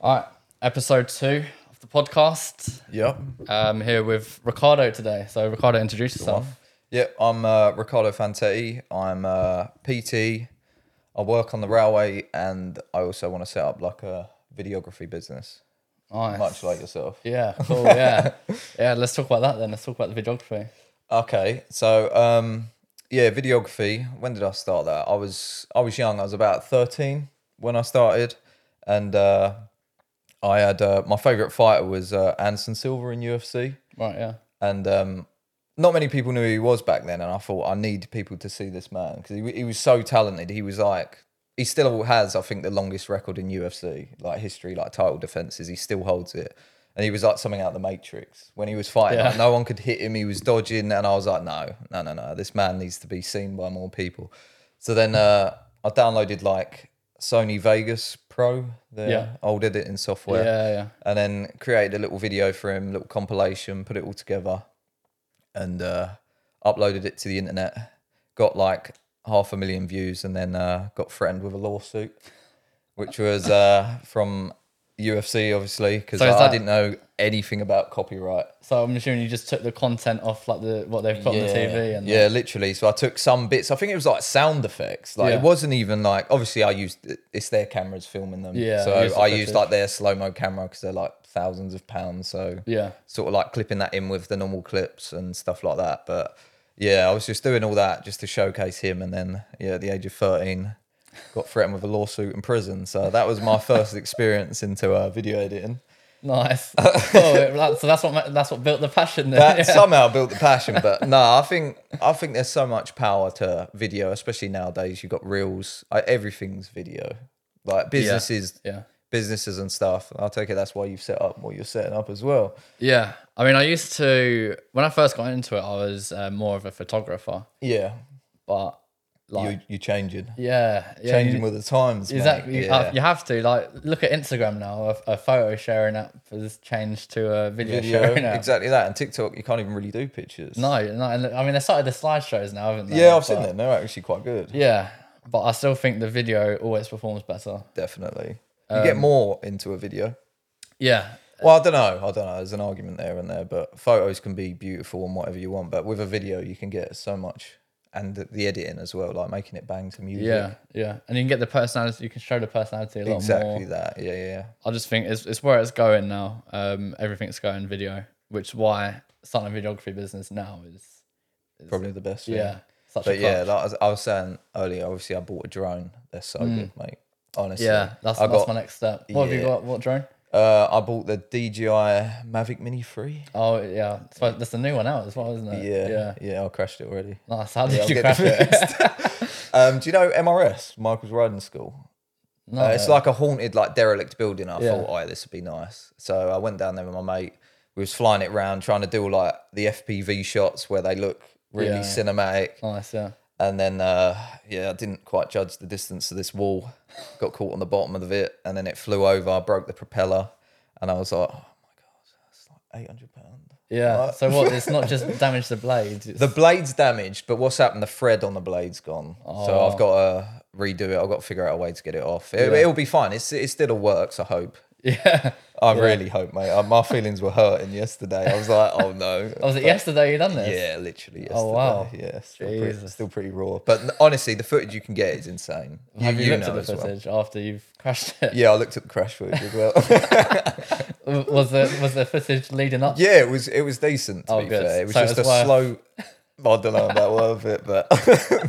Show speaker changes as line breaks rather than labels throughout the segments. All right, episode two of the podcast.
Yep.
Um, here with Ricardo today. So Ricardo, introduce yourself.
Yep. I'm uh, Ricardo Fantetti. I'm uh, PT. I work on the railway, and I also want to set up like a videography business,
Nice.
much like yourself.
Yeah. Cool. Yeah. yeah. Let's talk about that then. Let's talk about the videography.
Okay. So, um, yeah, videography. When did I start that? I was I was young. I was about thirteen when I started, and uh, I had uh, my favorite fighter was uh, Anderson Silva in UFC.
Right. Yeah.
and um, not many people knew who he was back then. And I thought I need people to see this man because he, he was so talented. He was like he still has, I think, the longest record in UFC like history, like title defenses. He still holds it. And he was like something out of the Matrix when he was fighting.
Yeah.
Like, no one could hit him. He was dodging, and I was like, no, no, no, no. This man needs to be seen by more people. So then uh, I downloaded like Sony Vegas Pro, the
Yeah.
old editing software
Yeah. Yeah.
and then created a little video for him, little compilation, put it all together, and uh, uploaded it to the internet. Got like half a million views, and then uh, got threatened with a lawsuit, which was uh, from UFC, obviously, because
So is
I,
that-
didn't know anything about copyright.
So I'm assuming you just took the content off like the what they've put on the TV and
yeah, literally. So I took some bits. I think it was like sound effects. Like
Yeah.
it wasn't even like obviously I used it's their cameras filming them.
Yeah,
So
use the
I used
footage.
like their slow mo camera because they're like thousands of pounds. So
yeah.
sort of like clipping that in with the normal clips and stuff like that. But yeah, I was just doing all that just to showcase him. And then, yeah, at the age of 13, got threatened with a lawsuit in prison. So that was my first experience into uh, video editing.
Nice. cool. That- So that's what ma- that's what built the passion. There.
That
yeah.
somehow built the passion. But no, I think I think there's so much power to video, especially nowadays. You've got reels, I, everything's video. Like businesses,
yeah.
businesses and stuff. I take it that's why you've set up what you're setting up as well.
Yeah. I mean, I used to when I first got into it, I was uh, more of a photographer,
Yeah,
but like
you, you're changing.
yeah, yeah, you-
changing with the times. mate.
Exactly. You,
Yeah.
have, you have to like look at Instagram now. A, a photo sharing app has changed to a video,
Video,
sharing app.
exactly that. And TikTok, you can't even really do pictures.
No, no. And look, I mean, they started the slideshows now, haven't they?
Yeah, I've seen
But-
them. They're actually quite good.
Yeah, but I still think the video always performs better.
Definitely. You
Um,
get more into a
uh,
video.
Yeah,
Well, I don't know. I don't know. There's an argument there and there, but photos can be beautiful and whatever you want. But with a video, you can get so much. And the- the editing as well, like making it bang to music.
yeah, yeah. And you can get the personality. You can show the personality a lot
Exactly
more.
that. Yeah, yeah.
I just think it's it's where it's going now. Um, everything's going video, which is why starting a videography business now is
Probably the best. thing.
yeah, such
But
a
yeah,
yeah,
like I was- I was saying earlier, obviously I bought a drone. They're so good, mate. Honestly.
Mm. yeah. That's
I
that's
got
my next step. What have you
Yeah.
got? What drone?
Uh, I bought the DJI Mavic Mini 3.
Oh yeah, so that's the new one out as well, isn't it?
Yeah,
yeah.
yeah, I crashed it already.
Nice. How
Yeah,
did
I'll
you
get the
crash it?
Um, do you know MRS, Michael's Riding School?
No.
Uh, it's like a haunted, like derelict building. I
Yeah.
thought, oh, yeah, this would be nice. So I went down there with my mate. We was flying it round, trying to do like the FPV shots where they look really
Yeah.
cinematic.
nice. Yeah.
And then, uh, yeah, I didn't quite judge the distance to this wall. Got caught on the bottom of it, and then it flew over. I broke the propeller, and I was like, oh my god, that's like eight hundred pound.
Yeah.
Right.
So what? It's not just damage the blade. It's,
The blade's damaged, but what's happened? The thread on the blade's gone. So I've got to redo it. I've got to figure out a way to get it off. It,
Oh. Yeah.
It'll be fine. It's, it still works, I hope.
yeah.
I really hope, mate. Uh, My feelings were hurting yesterday. I was like, oh no.
Was it yesterday you done this?
Yeah, literally yesterday.
Oh, wow.
Yeah, still pretty,
Jesus.
still pretty raw. But n- honestly, the footage you can get is insane.
Have you, looked
know
at the
as well.
footage after you've crashed it?
Yeah, I looked at the crash footage as well.
W- Was there was there footage leading up?
yeah, it was it was decent. To
Oh,
be
good.
fair, it was
So it
just
was worth-
a slow. I don't know about worth it, but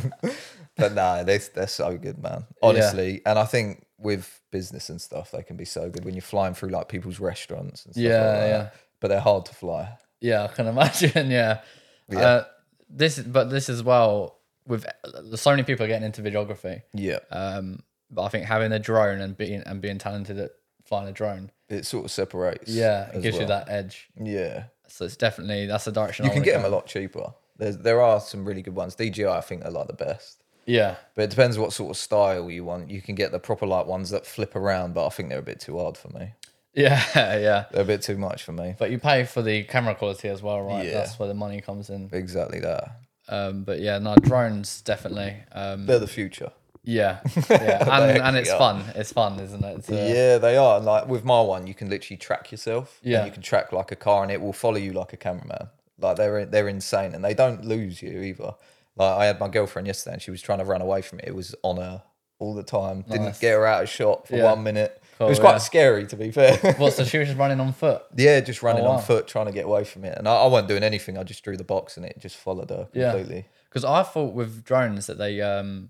but nah, they they're so good, man. Honestly, and I think with business and stuff, they can be so good when you're flying through like people's restaurants and stuff. like
Yeah,
that.
yeah.
But they're hard to fly.
Yeah, I can imagine. Yeah. Uh, this, but this as well with uh, so many people getting into videography.
Yeah,
Um, but I think having a drone and being and being talented at flying a drone,
it sort of separates.
yeah, it
as
gives you
well.
that Oh, edge.
Yeah,
So it's definitely that's the direction
you
I
can
wanna
get
go.
them a lot cheaper. There's there are some really good ones. DJI, I think, are like the best.
Yeah,
But it depends what sort of style you want. You can get the proper like ones that flip around, but I think they're a bit too hard for me.
yeah, yeah.
They're a bit too much for me.
But you pay for the camera quality as well, right?
Yeah.
That's where the money comes in.
Exactly that.
Um, but yeah, no drones definitely. Um,
They're the future.
Yeah, yeah, and, and
actually
it's
are.
fun. It's fun, isn't it? It's, uh,
yeah, they are. And like with my one, you can literally track yourself.
Yeah.
And you can track like a car and it will follow you like a cameraman. Like they're they're insane and they don't lose you either. Like I had my girlfriend yesterday and she was trying to run away from it. It was on her all the time. Didn't get her out of shot for
Yeah.
one minute.
Cool,
it was quite
yeah.
scary to be fair.
Well, so she was just running on foot.
yeah, just running
wow.
on foot trying to get away from it. And I, I wasn't doing anything. I just drew the box and it just followed her
Yeah.
completely.
Because I thought with drones that they um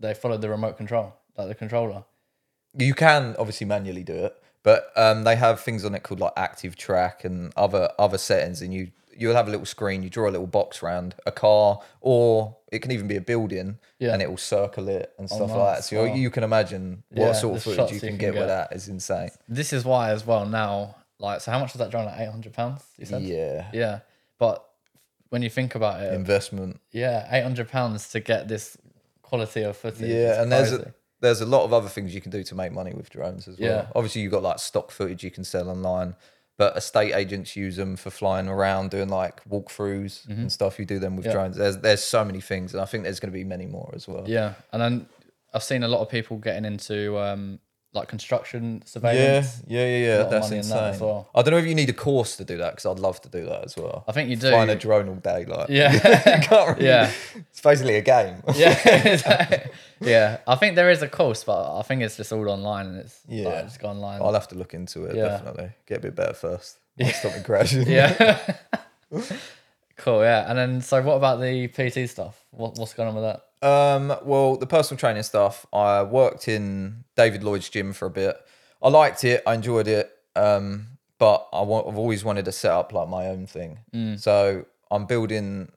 they followed the remote control, like the controller.
you can obviously manually do it, but um, they have things on it called like active track and other other settings, and you you'll have a little screen. You draw a little box round a car, or it can even be a building,
Yeah. Oh,
and it will circle it and stuff like
nice.
that. So you're-
Wow.
you can imagine
Yeah,
what sort
the
of footage
shots
you can, get, with that is insane.
This is why as well now. Like, so how much was that drone? Like eight hundred pounds. You said.
Yeah,
Yeah, but when you think about it,
investment.
yeah, eight hundred pounds to get this quality of footage. is
Yeah, and there's
crazy.
a, there's a lot of other things you can do to make money with drones as well.
Yeah.
Obviously, you've got like stock footage you can sell online, but estate agents use them for flying around, doing like walkthroughs
Mm-hmm.
and stuff. You do them with drones. There's there's so many things, and I think there's going to be many more as well.
yeah, and then I've seen a lot of people getting into um like construction surveillance.
yeah, yeah,
lot
yeah.
of
That's
money in
insane.
that as well.
I don't know if you need a course to do that because I'd love to do that as well.
I think you do.
Flying a drone all day, like
yeah,
you can't really.
Yeah.
It's basically a game.
yeah, yeah. I think there is a course, but I think it's just all online and it's yeah,
Yeah.
just go online.
I'll have to look into it
Yeah.
definitely. Get a bit better first. Might Stop it crashing.
Yeah. cool. Yeah. And then, so what about the PT stuff? What, what's going on with that?
Um, well, the personal training stuff. I worked in David Lloyd's gym for a bit. I liked it. I enjoyed it. Um, but I want, I've always wanted to set up like my own thing. So I'm building,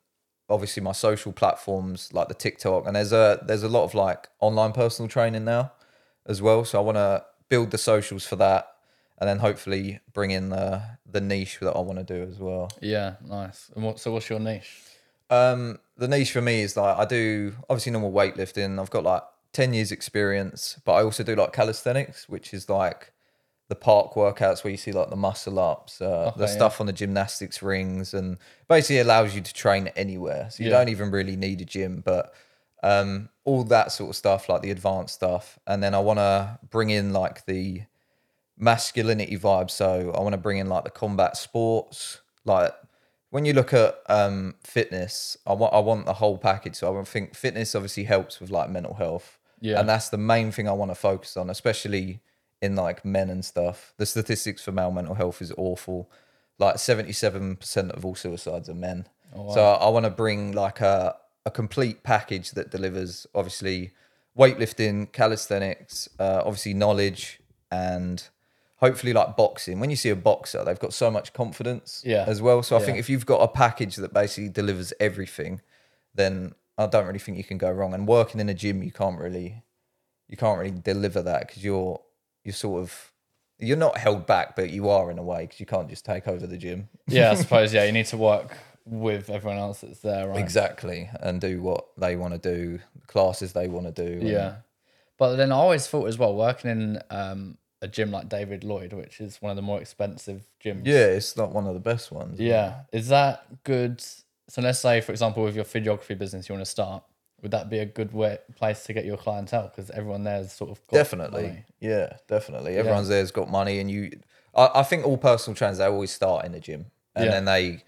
obviously, my social platforms like the TikTok, and there's a there's a lot of like online personal training now, as well. So I want to build the socials for that, and then hopefully bring in the the niche that I want to do as well.
Yeah. Nice. And what, so what's your niche?
Um, the niche for me is like I do obviously normal weightlifting. I've got like ten years experience, but I also do like calisthenics, which is like the park workouts where you see like the muscle ups, uh, the
Okay, yeah.
stuff on the gymnastics rings, and basically allows you to train anywhere. So you
Yeah.
don't even really need a gym, but um, all that sort of stuff, like the advanced stuff, and then I want to bring in like the masculinity vibe. So I want to bring in like the combat sports. Like when you look at um, fitness, I want I want the whole package. So I would think fitness obviously helps with like mental health.
Yeah.
And that's the main thing I want to focus on, especially in like men and stuff. The statistics for male mental health is awful. Like seventy seven percent of all suicides are men. So I want to bring like a a complete package that delivers obviously weightlifting, calisthenics, uh, obviously knowledge, and hopefully like boxing. When you see a boxer, they've got so much confidence
Yeah.
as well. So I think if you've got a package that basically delivers everything, then I don't really think you can go wrong. And working in a gym, you can't really you can't really deliver that because you're you're sort of you're not held back, but you are in a way because you can't just take over the gym.
Yeah. I suppose, yeah, you need to work with everyone else that's there, right?
Exactly, and do what they want to do, classes they want to do. and-
Yeah. But then I always thought as well, working in um, a gym like David Lloyd, which is one of the more expensive gyms.
yeah, it's not one of the best ones.
Yeah. Is that good? So let's say, for example, with your videography business you want to start, would that be a good way, place to get your clientele? Because everyone there's sort of got
definitely.
money.
Yeah, definitely. Everyone's there's got money, and you. I, I think all personal trainers they always start in the gym, and
Yeah.
then they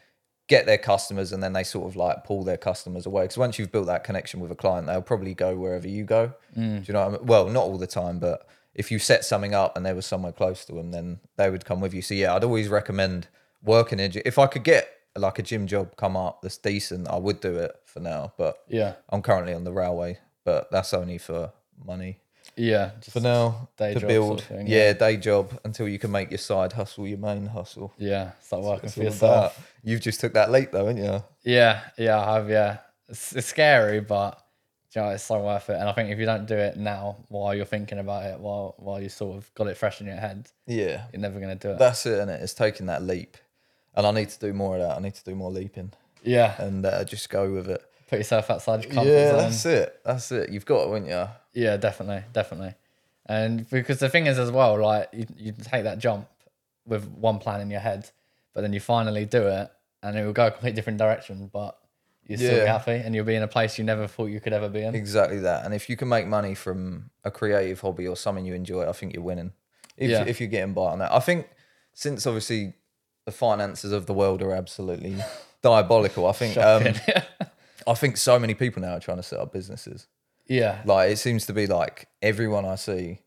get their customers, and then they sort of like pull their customers away. Because once you've built that connection with a client, they'll probably go wherever you go.
Mm.
Do you know? What I mean? Well, not all the time, but if you set something up and they were somewhere close to them, then they would come with you. So yeah, I'd always recommend working in. a gy- If I could get like a gym job come up that's decent, I would do it for now. But
Yeah,
I'm currently on the railway, but that's only for money
yeah. Just,
for now
day
to
job
build
sort of thing,
yeah, day job until you can make your side hustle your main hustle
yeah, start working
It's
for
all
yourself.
about- you've just took that leap though haven't you
Yeah, yeah, I have. Yeah, it's, it's scary, but you know, it's so worth it. And I think if you don't do it now, while you're thinking about it, while while you sort of got it fresh in your head,
yeah
you're never gonna do it.
that's it and it's taking that leap and i need to do more of that i need to do more leaping
yeah,
and uh, just go with it
put yourself outside your comfort
yeah
zone.
that's it that's it you've got it haven't you
Yeah, definitely, definitely. And because the thing is as well, like you, you take that jump with one plan in your head, but then you finally do it, and it will go a completely different direction. But you're still
Yeah.
happy and you'll be in a place you never thought you could ever be in.
Exactly that. And if you can make money from a creative hobby or something you enjoy, I think you're winning. If,
Yeah.
if you're getting by on that. I think since obviously the finances of the world are absolutely diabolical, I think um, I think so many people now are trying to set up businesses.
yeah.
Like it seems to be like everyone I see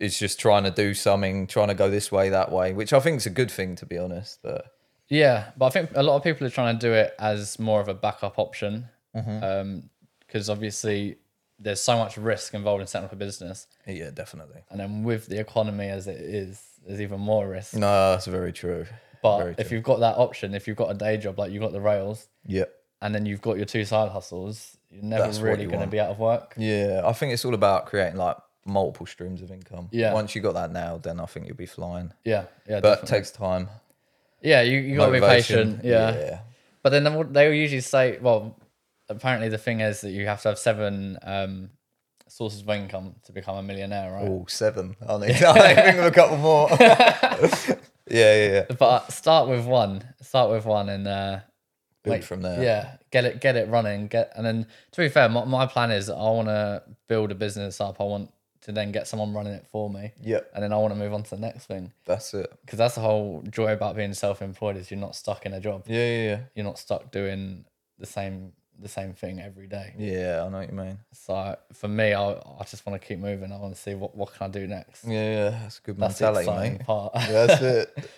is just trying to do something, trying to go this way, that way, which I think is a good thing to be honest. But
Yeah. But I think a lot of people are trying to do it as more of a backup option. Because
Mm-hmm.
obviously there's so much risk involved in setting up a business.
yeah, definitely.
And then with the economy as it is, there's even more risk.
No, that's very true.
But
very
if you've got that option, if you've got a day job, like you've got the rails,
Yeah.
and then you've got your two side hustles, you're never
That's what
really
you
going to
want.
be out of work.
Yeah, I think it's all about creating like multiple streams of income.
Yeah.
Once you got that nailed, then I think you'll be flying.
Yeah. Yeah.
But
definitely.
it takes time.
yeah. You, you got to be
motivation.
patient. yeah. But then they will- they will usually say, well, apparently the thing is that you have to have seven um, sources of income to become a millionaire, right?
Oh, seven. I need, I need to think of a couple more. yeah, yeah, yeah.
But start with one. Start with one and uh,
Build
like,
from there.
Yeah, get it, get it running. Get and then to be fair, my, my plan is I want to build a business up. I want to then get someone running it for me,
Yep.
and then I want to move on to the next thing
That's it.
because that's the whole joy about being self-employed is you're not stuck in a job.
Yeah, yeah,
You're not stuck doing the same the same thing every day.
yeah. Yeah, I know what you mean.
So for me, I, I just want to keep moving. I want to see what, what can I do next.
Yeah, yeah. That's a good
That's the
mentality,
exciting
mate.
part.
Yeah, That's it.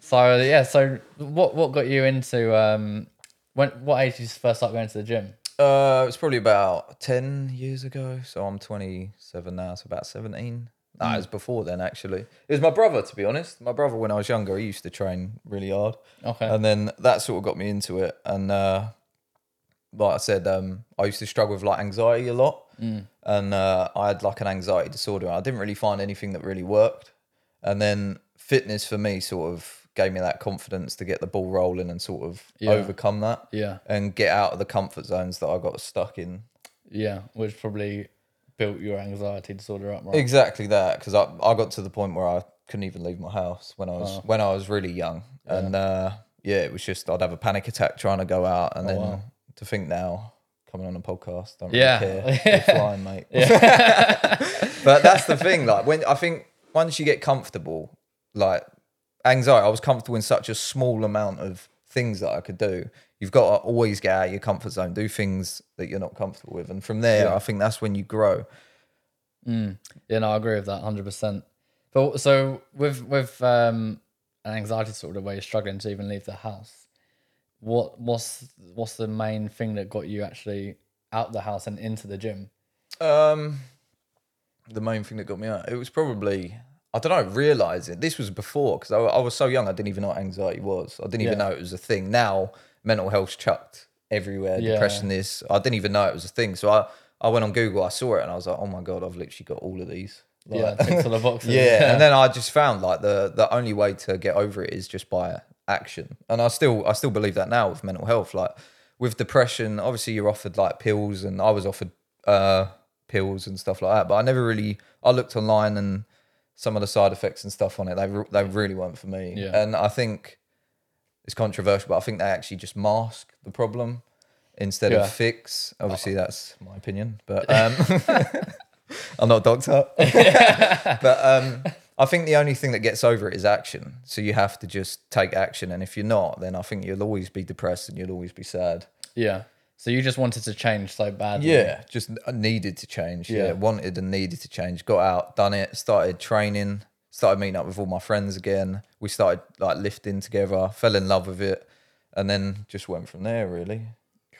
so yeah, so what what got you into um when what age did you first start going to the gym?
Uh, it's probably about 10 years ago. So I'm 27 now. So about 17. No, it was before then, actually. It was my brother, to be honest. My brother, when I was younger, he used to train really hard.
Okay.
And then that sort of got me into it. And uh, like I said, um, I used to struggle with like anxiety a lot. And uh, I had like an anxiety disorder. I didn't really find anything that really worked. And then fitness for me sort of gave me that confidence to get the ball rolling and sort of overcome that
yeah,
and get out of the comfort zones that I got stuck in.
yeah, which probably built your anxiety disorder up, right?
Exactly that, because I, I got to the point where I couldn't even leave my house when I was when I was really young, and uh, yeah, it was just I'd have a panic attack trying to go out, and then
Oh, wow.
to think now coming on a podcast, don't
Yeah.
really care, you're flying, mate. but that's the thing, like when I think once you get comfortable, like anxiety, I was comfortable in such a small amount of things that I could do. You've got to always get out of your comfort zone, do things that you're not comfortable with, and from there, I think that's when you grow.
Yeah, no, I agree with that hundred percent. But so with with um an anxiety disorder where you're struggling to even leave the house, what what's what's the main thing that got you actually out the house and into the gym?
Um, the main thing that got me out, it was probably I don't know, realizing this was before because I, I was so young, I didn't even know what anxiety was. I didn't even
Yeah.
know it was a thing. Now mental health's chucked everywhere.
Yeah.
Depression is. I didn't even know it was a thing. So I I went on Google, I saw it, and I was like, oh my god, I've literally got all of these. Like-
Yeah, ticks all the boxes.
yeah, and then I just found like the the only way to get over it is just by action, and I still I still believe that now with mental health, like with depression. Obviously, you're offered like pills, and I was offered uh, pills and stuff like that, but I never really I looked online and some of the side effects and stuff on it they re- they really weren't for me,
Yeah.
and I think it's controversial, but I think they actually just mask the problem instead
Yeah.
of fix. Obviously, that's my opinion, but um, I'm not a doctor. but um, I think the only thing that gets over it is action. So you have to just take action, and if you're not, then I think you'll always be depressed and you'll always be sad.
yeah. So you just wanted to change so badly.
just uh, needed to change.
Yeah.
yeah, wanted and needed to change. Got out, done it, started training, started meeting up with all my friends again. We started like lifting together, fell in love with it, and then just went from there. Really.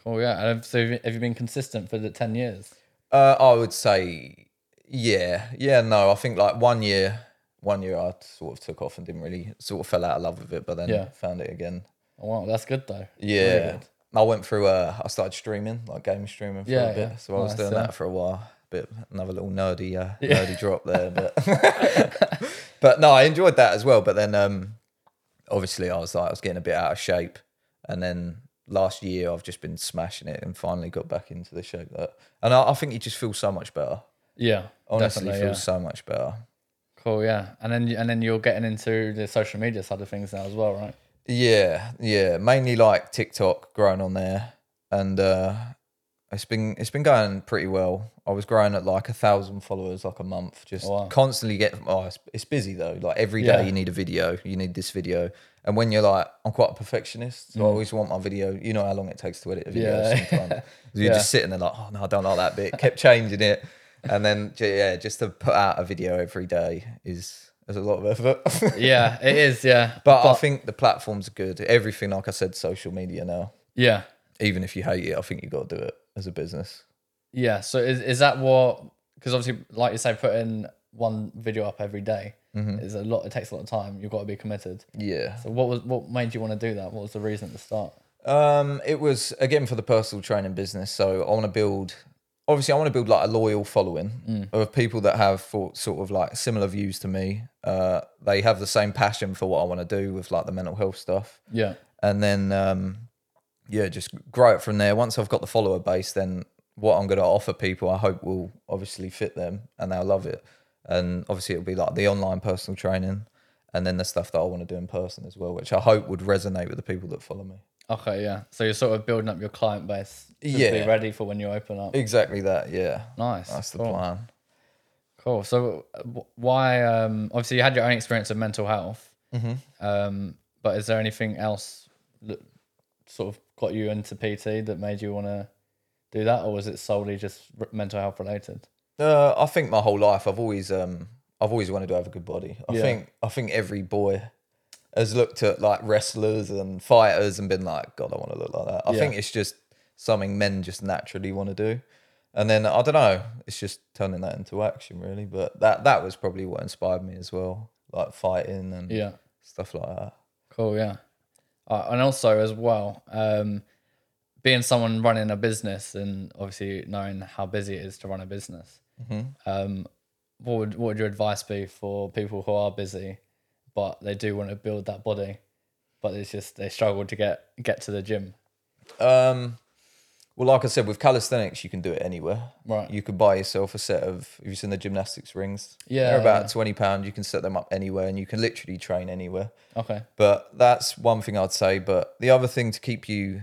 Cool. Yeah. And so have you- have you been consistent for the ten years?
Uh, I would say, yeah, yeah, no. I think like one year, one year I sort of took off and didn't really sort of fell out of love with it, but then
Yeah.
found it again.
Oh, wow, that's good though.
Yeah, I went through. Uh, I started streaming, like game streaming for
Yeah,
a bit.
yeah.
So I was
Nice,
doing
yeah.
that for a while. Bit another little nerdy, uh, nerdy drop there, but but no, I enjoyed that as well. But then, um, obviously, I was like, I was getting a bit out of shape, and then last year I've just been smashing it and finally got back into the shape that. And I, I think you just feel so much better
Yeah.
honestly
definitely,
feels
yeah.
so much better.
Cool, yeah, and then and then you're getting into the social media side of things now as well, right?
Yeah, yeah. Mainly like TikTok growing on there. and uh, it's been it's been going pretty well. I was growing at like a thousand followers like a month, just
Oh, wow.
constantly get. Oh, it's, it's busy though. Like every day
Yeah.
you need a video, you need this video, and when you're like, I'm quite a perfectionist, so I always want my video. You know how long it takes to edit a video.
Mm. Yeah.
Sometimes you're
Yeah.
just sitting there like, oh no, I don't like that bit. Kept changing it, and then j- yeah, just to put out a video every day is is a lot of effort.
yeah, it is. Yeah,
But, I think the platforms are good. Everything, like I said, social media now.
yeah,
Even if you hate it, I think you got to do it as a business.
yeah. So is is that what? Because obviously, like you say, putting one video up every day is a lot. It takes a lot of time. You've got to be committed.
Yeah.
So what was what made you want to do that? What was the reason at the start?
Um, it was again for the personal training business. So I want to build. Obviously, I want to build like a loyal following of people that have for, sort of like similar views to me. Uh, they have the same passion for what I want to do with like the mental health stuff.
Yeah,
and then um, yeah, just grow it from there. Once I've got the follower base, then what I'm going to offer people, I hope will obviously fit them and they'll love it. And obviously, it'll be like the online personal training, and then the stuff that I want to do in person as well, which I hope would resonate with the people that follow me.
Okay, yeah. So you're sort of building up your client base to
Yeah.
be ready for when you open up.
Exactly that. Yeah,
Nice.
that's the
cool.
plan.
Cool. So uh, wh- why? Um, obviously, you had your own experience of mental health. Mm-hmm. Um, but is there anything else that sort of got you into PT that made you want to do that, or was it solely just r- mental health related?
Uh, I think my whole life, I've always, um, I've always wanted to have a good body. I
Yeah.
think, I think every boy has looked at like wrestlers and fighters and been like, God, I want to look like that. I
Yeah.
think it's just something men just naturally want to do, and then I don't know, it's just turning that into action really. But that that was probably what inspired me as well, like fighting and
Yeah.
stuff like that.
Cool. Yeah. Uh, and also as well, um, being someone running a business and obviously knowing how busy it is to run a business.
Mm-hmm.
Um, what would what would your advice be for people who are busy, but they do want to build that body, but it's just they struggle to get get to the gym.
Um, well, like I said, with calisthenics, you can do it anywhere.
Right.
You could buy yourself a set of. Have you seen the gymnastics rings?
Yeah,
They're about
yeah.
twenty pound. You can set them up anywhere, and you can literally train anywhere.
Okay.
But that's one thing I'd say. But the other thing to keep you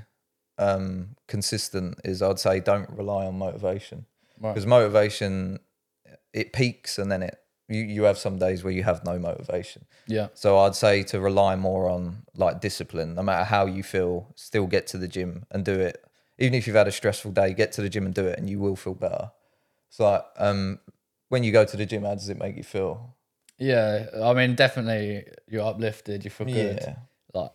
um, consistent is I'd say don't rely on motivation
Right.
because motivation it peaks and then it you, you have some days where you have no motivation.
Yeah.
So I'd say to rely more on like discipline, no matter how you feel, still get to the gym and do it. Even if you've had a stressful day, get to the gym and do it and you will feel better. It's like um when you go to the gym, how does it make you feel?
Yeah. I mean, definitely you're uplifted. You feel good.
Yeah.
Like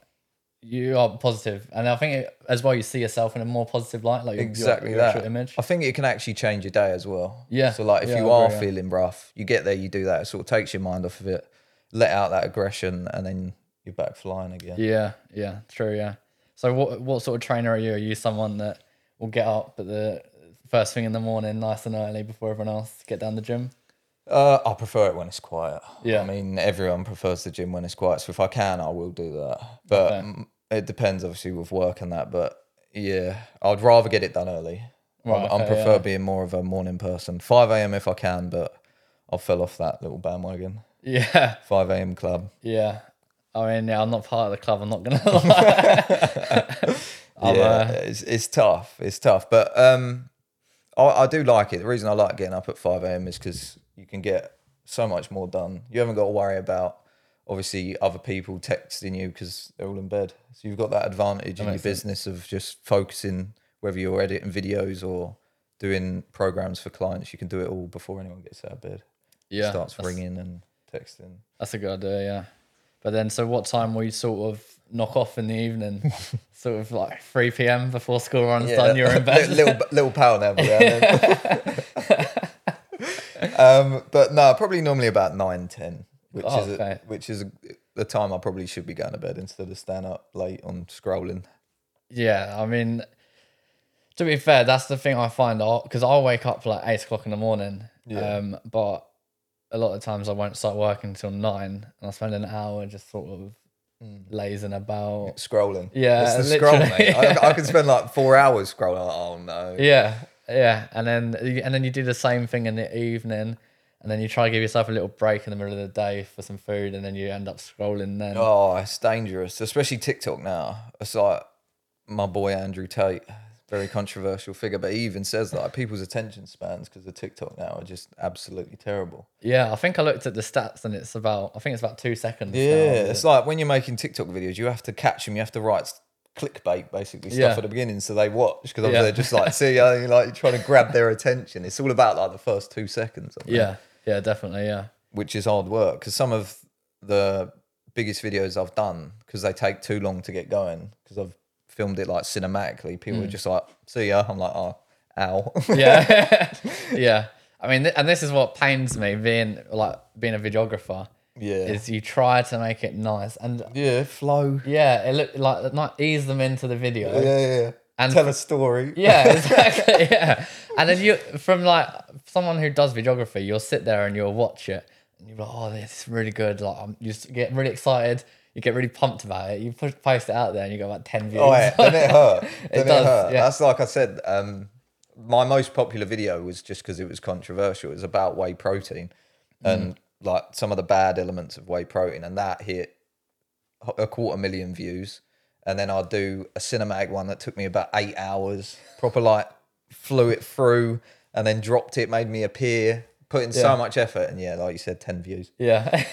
you are positive, and I think it, as well you see yourself in a more positive light. Like your- your-
Exactly
your,
that.
actual image.
I think it can actually change your day as well.
Yeah.
So like if
Yeah,
you
I
are
agree, yeah.
feeling rough, you get there, you do that, it sort of takes your mind off of it, let out that aggression and then you're back flying again.
Yeah, yeah, true, yeah. So what what sort of trainer are you? Are you someone that will get up at the first thing in the morning, nice and early before everyone else, get down the gym?
Uh, I prefer it when it's quiet.
Yeah.
I mean, everyone prefers the gym when it's quiet. So if I can, I will do that. But
Okay.
mm, it depends, obviously, with work and that. But yeah, I'd rather get it done early. I'm-
Right,
I'm
okay,
prefer
yeah.
being more of a morning person. 5 a.m. if I can, but I fell off that little bandwagon.
Yeah,
5 a.m. club.
yeah. I mean, yeah, I'm not part of the club. I'm not gonna lie. I'm,
yeah,
uh,
it's, it's tough. It's tough. But um, I, I do like it. The reason I like getting up at 5 a.m. is because you can get so much more done. You haven't got to worry about, obviously, other people texting you because they're all in bed. So you've got that advantage in your business of just focusing, whether you're editing videos or doing programs for clients, you can do it all before anyone gets out of bed.
yeah,
Starts
that's-
ringing and texting.
That's a good idea, yeah. But then, so what time will you sort of knock off in the evening? sort of like 3 p.m. before school runs done. You're in bed.
little little power nap. Yeah. um, but no, probably normally about nine ten, which
Oh,
is
okay.
a, which is a, the time I probably should be going to bed instead of staying up late on scrolling.
Yeah, I mean, to be fair, that's the thing I find because I'll wake up like eight o'clock in the morning.
Yeah.
Um, but a lot of times I won't start work until nine, and I spend an hour just sort of lazing about.
Scrolling.
Yeah,
it's the scroll,
literally.
mate. I, I can spend like four hours scrolling. Like, oh no.
Yeah, yeah, and then and then you do the same thing in the evening, and then you try to give yourself a little break in the middle of the day for some food, and then you end up scrolling. Then
Oh, it's dangerous, especially TikTok now. It's like my boy Andrew Tate. very controversial figure. But he even says that like, people's attention spans because of TikTok now are just absolutely terrible.
Yeah, I think I looked at the stats and it's about I think it's about two seconds. now, isn't
it's like when you're making TikTok videos, you have to catch them. You have to write s- clickbait basically stuff
Yeah.
at the beginning so they watch because obviously
Yeah.
they're just like see how you like trying to grab their attention. It's all about like the first two seconds. I
it?
think.
yeah, yeah, definitely, yeah,
which is hard work because some of the biggest videos I've done because they take too long to get going because I've filmed it like cinematically. People
Hmm.
are just like, "See ya." I'm like, "Oh, ow."
yeah, yeah. I mean, th- and this is what pains me being like being a videographer
yeah,
is you try to make it nice and
yeah, flow.
yeah, it look like not ease them into the video.
Yeah, yeah. yeah.
And-
tell a story.
Yeah, exactly. yeah. And then you, from like someone who does videography, you'll sit there and you'll watch it and you're like, oh, this is really good. Like, um, you just get really excited. You get really pumped about it. You push, post it out there and you got about 10 views.
Oh, yeah. Then it hurt. Then it,
does,
hurt.
yeah.
That's like I said. Um, my most popular video was just because it was controversial. It was about whey protein and
Mm.
like some of the bad elements of whey protein, and that hit a quarter million views. And then I do a cinematic one that took me about eight hours. Proper like flew it through and then dropped it, made me appear. Put in so
Yeah.
much effort, and yeah, like you said, ten views.
yeah.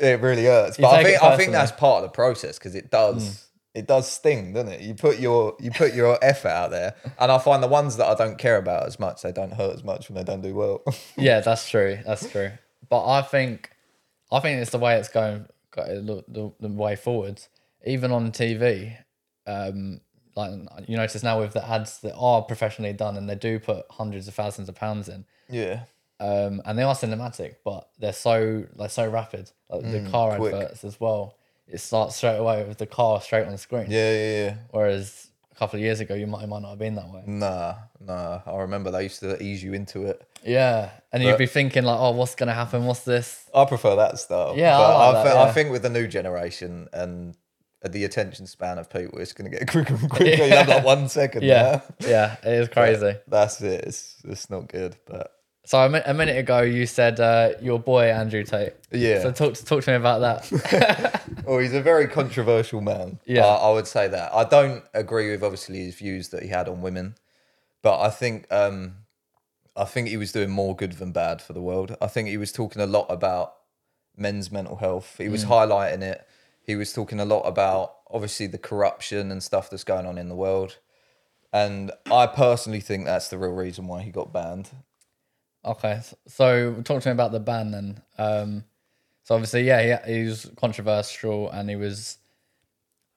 It really hurts, but I
take it
think I think
personally. Hmm.
that's part of the process because it does it does sting, doesn't it? You put your you put your effort out there, and I find the ones that I don't care about as much, they don't hurt as much when they don't do well.
yeah, that's true. That's true. But I think, I think it's the way it's going, got it look- the, the way forward. Even on TV, um, like you notice now with the ads that are professionally done and they do put hundreds of thousands of pounds in.
yeah,
um, and they are cinematic, but they're so they're so rapid. Like the car
Mm, quick.
adverts as well, it starts straight away with the car straight on screen.
yeah, yeah, yeah.
Whereas a couple of years ago, you might it might not have been that way.
Nah, nah. I remember they used to ease you into it.
Yeah, and
But-
you'd be thinking like, oh, what's gonna happen? What's this?
I prefer that style.
Yeah, I
but I,
like that,
thi- I
yeah.
think with the new generation and the attention span of people, it's going to get quicker and quicker. You have like one second.
Yeah,
Yeah,
yeah, it is crazy.
that's it. It's it's not good, but
So a, min- a minute ago, you said uh, your boy Andrew Tate.
yeah.
So talk talk to me about that.
Well, Oh, he's a very controversial man. Uh,
Yeah.
I, I would say that. I don't agree with obviously his views that he had on women, but I think um, I think he was doing more good than bad for the world. I think he was talking a lot about men's mental health. He was highlighting it. He was talking a lot about obviously the corruption and stuff that's going on in the world. And I personally think that's the real reason why he got banned.
okay, s- so talk to me about the ban then. Um, so obviously, yeah, he, he was controversial and he was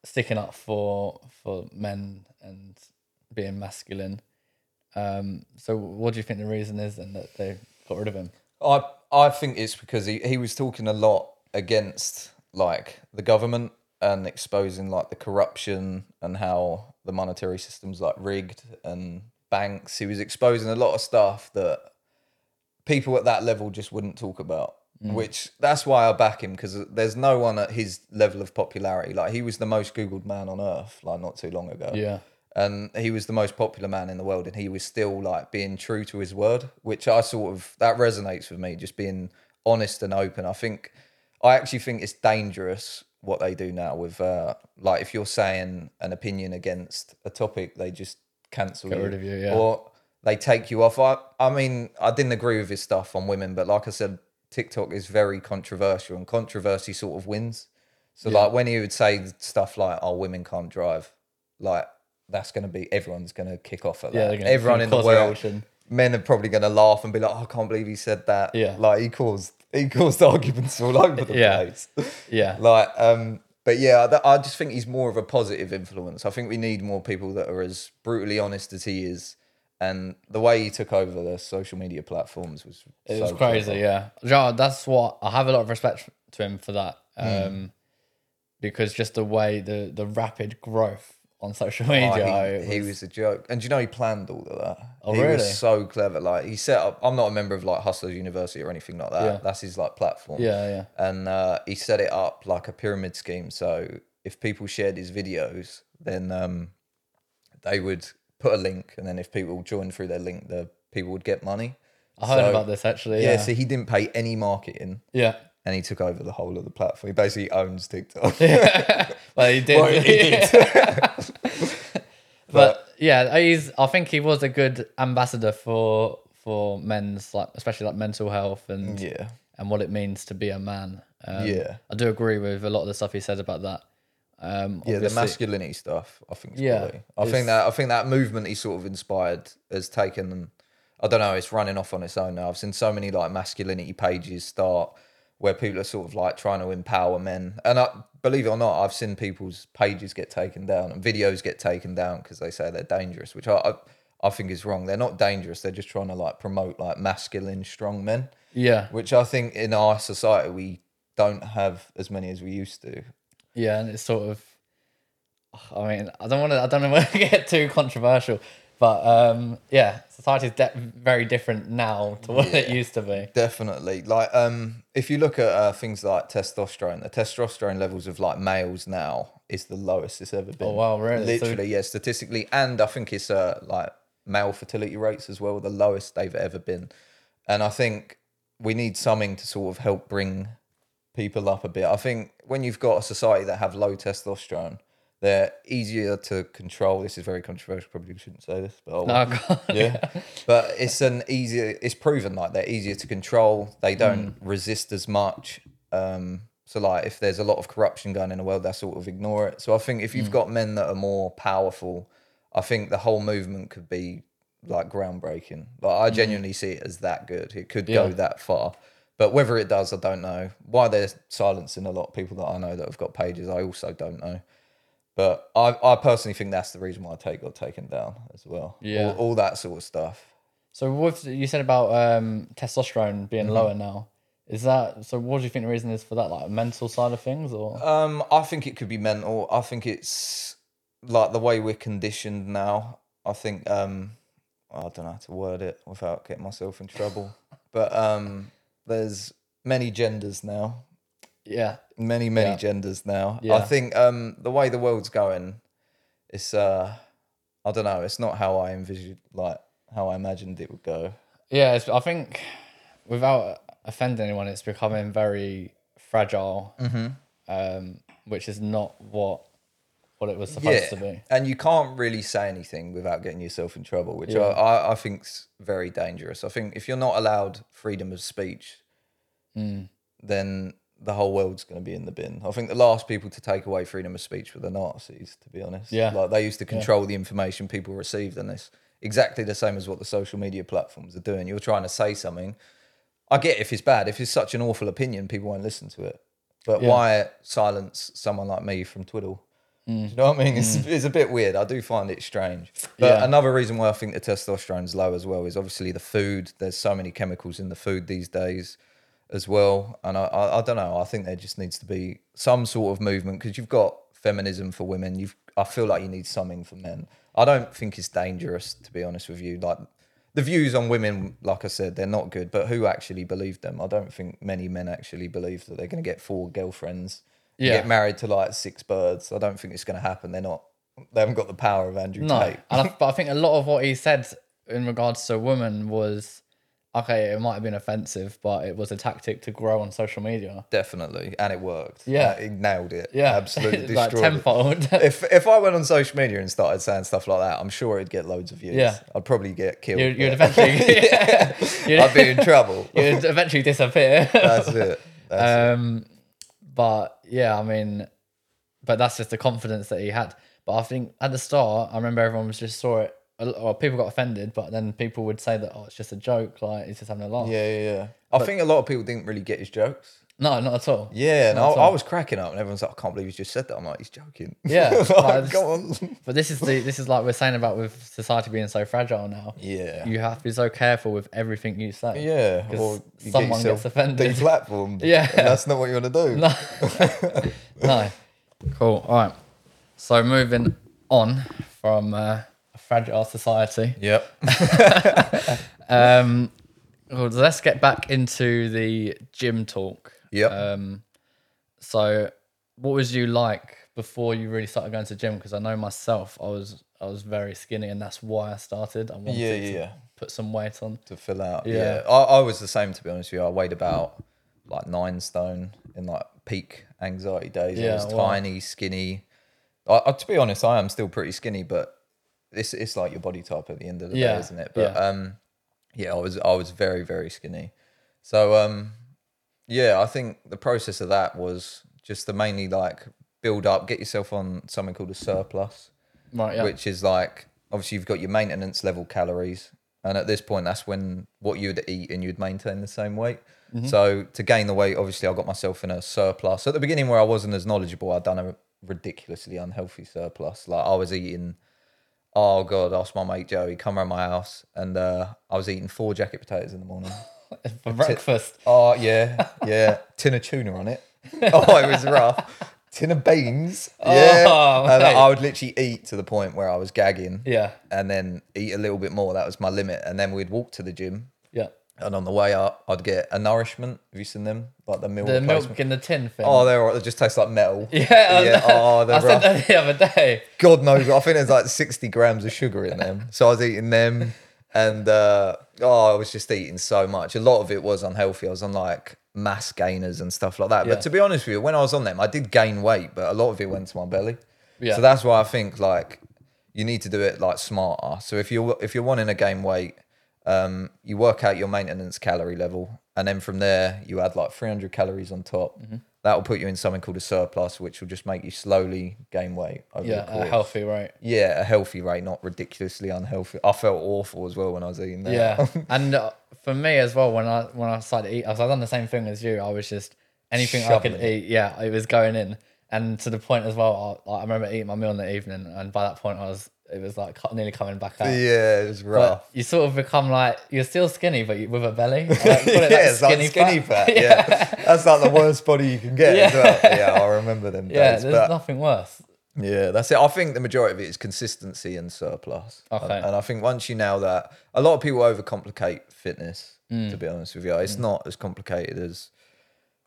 sticking up for for men and being masculine. Um, so what do you think the reason is then that they got rid of him?
I I think it's because he, he was talking a lot against like the government and exposing like the corruption and how the monetary system's like rigged and banks. He was exposing a lot of stuff that people at that level just wouldn't talk about. Which that's why I back him because there's no one at his level of popularity. Like he was the most googled man on earth like not too long ago
Yeah,
and he was the most popular man in the world and he was still like being true to his word which i sort of that resonates with me just being honest and open i think i actually think it's dangerous what they do now with uh like if you're saying an opinion against a topic they just cancel
Get
you,
rid of you, yeah.
or they take you off i i mean i didn't agree with his stuff on women but like i said tiktok is very controversial and controversy sort of wins so like when he would say stuff like oh women can't drive like that's going to be everyone's going to kick off at
yeah.
that.
they're gonna-
Everyone
gonna
in the
cause a
world,
reaction.
men are probably going to laugh and be like, oh, "I can't believe he said that."
Yeah.
like he caused he caused arguments all over the
Yeah.
place.
Yeah,
like, um, but yeah, that, I just think he's more of a positive influence. I think we need more people that are as brutally honest as he is. And the way he took over the social media platforms was
it
so
was crazy. Yeah, yeah, that's what I have a lot of respect to him for that.
Hmm.
Um, because just the way the the rapid growth on social
Oh,
media,
he,
it
he was a joke. And do you know he planned all of that?
Oh,
he
really?
was so clever. Like he set up I'm not a member of like Hustlers University or anything like that.
Yeah.
That's his like platform.
yeah, yeah.
And uh, he set it up like a pyramid scheme. So if people shared his videos, then um, they would put a link and then if people joined through their link the people would get money.
I heard
So-
about this actually.
Yeah,
Yeah,
so he didn't pay any marketing
yeah.
and he took over the whole of the platform. He basically owns TikTok.
well, he did.
Well, he did.
but yeah, he's. I think he was a good ambassador for for men's like, especially like mental health and
Yeah.
and what it means to be a man. Um,
Mm. Yeah.
I do agree with a lot of the stuff he said about that. Um,
Yeah, the
obviously-
masculinity stuff. I think.
Yeah,
Yeah, I think that I think that movement he sort of inspired has taken. I don't know. It's running off on its own now. I've seen so many like masculinity pages start where people are sort of like trying to empower men. And I believe it or not, I've seen people's pages get taken down and videos get taken down because they say they're dangerous, which I, I I think is wrong. They're not dangerous. They're just trying to like promote like masculine strong men
Yeah,
which I think in our society we don't have as many as we used to.
yeah, and it's sort of. I mean, I don't want to. I don't want to get too controversial, but um, yeah, society's de- very different now to what it used to be.
Definitely. Like, um, if you look at uh, things like testosterone, the testosterone levels of like males now is the lowest it's ever been.
Oh, wow, really? So-
Literally, yeah, statistically, and I think it's uh like male fertility rates as well, the lowest they've ever been. And I think we need something to sort of help bring people up a bit. I think when you've got a society that have low testosterone, they're easier to control. This is very controversial. Probably shouldn't say this, but I'll-
Oh, God.
yeah but it's an easier it's proven like they're easier to control they don't resist as much um so like if there's a lot of corruption going in the world they sort of ignore it so i think if you've got men that are more powerful i think the whole movement could be like groundbreaking like i genuinely see it as that good it could go
Yeah.
that far but whether it does i don't know why they're silencing a lot of people that i know that have got pages i also don't know but I, I personally think that's the reason why Tate got taken down as well.
Yeah.
All, all that sort of stuff.
So with you said about um, testosterone being lower now, is that so? What do you think the reason is for that? Like mental side of things, or
Um, I think it could be mental. I think it's like the way we're conditioned now. I think um, I don't know how to word it without getting myself in trouble. but um, there's many genders now.
yeah,
many many
Yeah.
genders now. I
Yeah.
think um the way the world's going, it's uh I don't know, it's not how I envisioned like how I imagined it would go.
yeah. It's, I think without offending anyone, it's becoming very fragile, um, which is not what what it was supposed to be.
And you can't really say anything without getting yourself in trouble, which I, I, I think's very dangerous. I think if you're not allowed freedom of speech,
Mm.
then the whole world's going to be in the bin. I think the last people to take away freedom of speech were the Nazis, to be honest.
Yeah.
Like they used to control the information people received, and it's exactly the same as what the social media platforms are doing. You're trying to say something. I get if it's bad, if it's such an awful opinion, people won't listen to it. But why silence someone like me from Twiddle? Do you know what I mean? It's, it's a bit weird. I do find it strange. But
Yeah.
another reason why I think the testosterone's low as well is obviously the food. There's so many chemicals in the food these days as well. And I, I, I don't know. I think there just needs to be some sort of movement because you've got feminism for women. You've I feel like you need something for men. I don't think it's dangerous to be honest with you. Like the views on women, like I said, they're not good. But who actually believed them? I don't think many men actually believe that they're going to get four girlfriends, and
Yeah.
get married to like six birds. I don't think it's going to happen. They're not. They haven't got the power of Andrew
No,
Tate.
and I, but I think a lot of what he said in regards to women was okay. It might have been offensive, but it was a tactic to grow on social media.
Definitely, and it worked.
Yeah.
Uh, it nailed it.
Yeah,
absolutely
like
destroyed. it.
tenfold.
if if I went on social media and started saying stuff like that, I'm sure it'd get loads of views.
Yeah.
I'd probably get killed.
you'd, you'd
but
eventually, you'd,
I'd be in trouble.
you'd eventually disappear.
That's it. That's
Um, but yeah, I mean, but that's just the confidence that he had. But I think at the start, I remember everyone was just saw it, or people got offended, but then people would say that, oh, it's just a joke, like he's just having a laugh.
it. Yeah, yeah, yeah. I think a lot of people didn't really get his jokes.
No, not at all.
Yeah, and I,
at all.
I was cracking up, and everyone's like, "I can't believe he's just said that." I'm like, "He's joking."
Yeah,
Like,
like,
go on.
But this is the this is like we're saying about with society being so fragile now.
Yeah,
You have to be so careful with everything you say.
yeah.
'Cause
Or you
someone
get yourself
gets offended.
deplatformed.
Yeah.
and that's not what you want to do.
No. no. Cool. All right. So moving on from uh, a fragile society.
Yep.
Um, well, let's get back into the gym talk.
Yep.
Um, so, what was you like before you really started going to gym? Because I know myself, I was I was very skinny, and that's why I started. I wanted
yeah,
to
yeah. yeah.
put some weight on.
to fill out.
Yeah.
Yeah, I, I was the same to be honest with you. I weighed about like nine stone in like peak anxiety days. I
Yeah,
was
wow.
tiny, skinny. I, I, to be honest, I am still pretty skinny, but it's it's like your body type at the end of the
Yeah,
day, isn't it? But
yeah.
um, yeah, I was I was very very skinny, so um, yeah, I think the process of that was just to mainly like build up, get yourself on something called a surplus,
Right. Yeah.
which is like obviously you've got your maintenance level calories, and at this point that's when what you'd eat and you'd maintain the same weight.
Mm-hmm.
So to gain the weight, obviously I got myself in a surplus. At the beginning where I wasn't as knowledgeable, I'd done a ridiculously unhealthy surplus. Like I was eating oh god, I asked my mate Joey, come round my house and uh, I was eating four jacket potatoes in the morning.
For breakfast.
Oh yeah, yeah. Tin of tuna on it. Oh, it was rough. Tin of beans. Yeah.
Oh,
and
mate.
I would literally eat to the point where I was gagging.
Yeah.
And then eat a little bit more. That was my limit. And then we'd walk to the gym.
Yeah.
And on the way up, I'd get a nourishment. Have you seen them? Like the milk.
The milk in the tin thing.
Oh, they're all, they just taste like metal.
yeah.
yeah. Oh, they're
I
rough.
said that the other day.
God knows. I think there's like 60 grams of sugar in them. So I was eating them and uh, oh, I was just eating so much. A lot of it was unhealthy. I was on like mass gainers and stuff like that.
Yeah.
But to be honest with you, when I was on them, I did gain weight, but a lot of it went to my belly.
Yeah.
So that's why I think like you need to do it like smarter. So if you're if you're wanting to gain weight, um, you work out your maintenance calorie level, and then from there you add like 300 calories on top.
Mm-hmm.
That will put you in something called a surplus, which will just make you slowly gain weight over the
Yeah.
course.
A healthy, right?
Yeah, a healthy rate, not ridiculously unhealthy. I felt awful as well when I was eating that.
Yeah. and uh, for me as well, when I when I started to eat, I was I've done the same thing as you. I was just anything I could
Shoveling
eat. Yeah, it was going in, and to the point as well. I, I remember eating my meal in the evening, and by that point, I was it was like co- nearly coming back out.
yeah, it was
But
rough.
you sort of become like you're still skinny, but you, with a belly. Like, call
yeah,
it like
it's like skinny fat. Yeah. that's like the worst body you can get as well. Yeah, I remember them days.
Yeah, there's
but
nothing worse.
Yeah, that's it. I think the majority of it is consistency and surplus.
Okay.
And, and I think once you nail that, a lot of people overcomplicate fitness, to
Mm.
be honest with you. It's not as complicated as,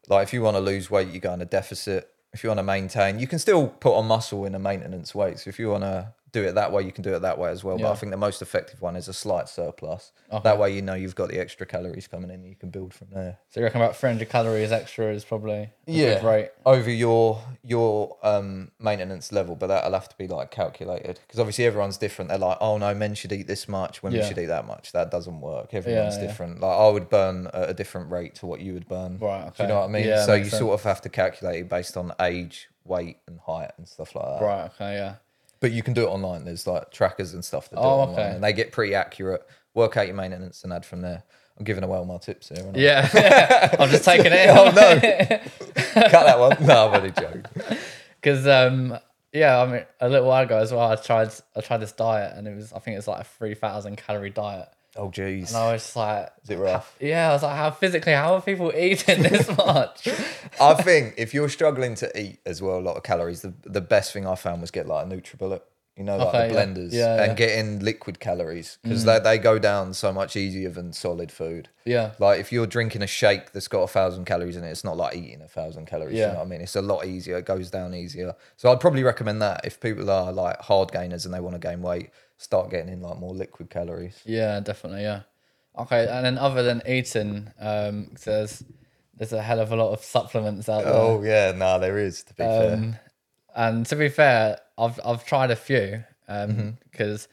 like, if you want to lose weight, you go in a deficit. If you want to maintain, you can still put on muscle in a maintenance weight. So if you want to do it that way, you can do it that way as well. But
Yeah.
I think the most effective one is a slight surplus. That way, you know you've got the extra calories coming in, you can build from there
So you reckon about 300 calories extra is probably a good rate.
over your your um maintenance level but that'll have to be like calculated because obviously everyone's different they're like oh no men should eat this much women
Yeah.
should eat that much that doesn't work everyone's
yeah.
different like i would burn at a different rate to what you would burn
Right,
do you
okay.
know what i mean
Yeah,
so you
makes sense.
sort of have to calculate it based on age weight and height and stuff like that
Right. Okay. Yeah.
but you can do it online there's like trackers and stuff that do
Oh,
it online
okay.
and they get pretty accurate work out your maintenance and add from there i'm giving away all my tips here aren't I?
Yeah. I'm just taking it.
oh no cut that one no i'm only joking
Because um, yeah, I mean, a little while ago as well, I tried I tried this diet, and it was I think it's like a three thousand calorie diet,
oh jeez
and I was just like,
Is it rough?
yeah, I was like, how physically, how are people eating this much?
I think if you're struggling to eat as well, a lot of calories, the, the best thing I found was get like a NutriBullet, you know, like
Okay,
the
yeah.
blenders,
Yeah,
and
yeah. Mm.
getting liquid calories because they, they go down so much easier than solid food.
Yeah.
Like if you're drinking a shake that's got a thousand calories in it, it's not like eating a thousand calories.
Yeah.
You know what I mean? It's a lot easier. It goes down easier. So I'd probably recommend that if people are like hard gainers and they want to gain weight, start getting in like more liquid calories.
Yeah, definitely. Yeah. Okay, and then other than eating, um, 'cause there's there's a hell of a lot of supplements out there.
Oh yeah, no, there is to be
Um,
fair.
And to be fair, I've I've tried a few um because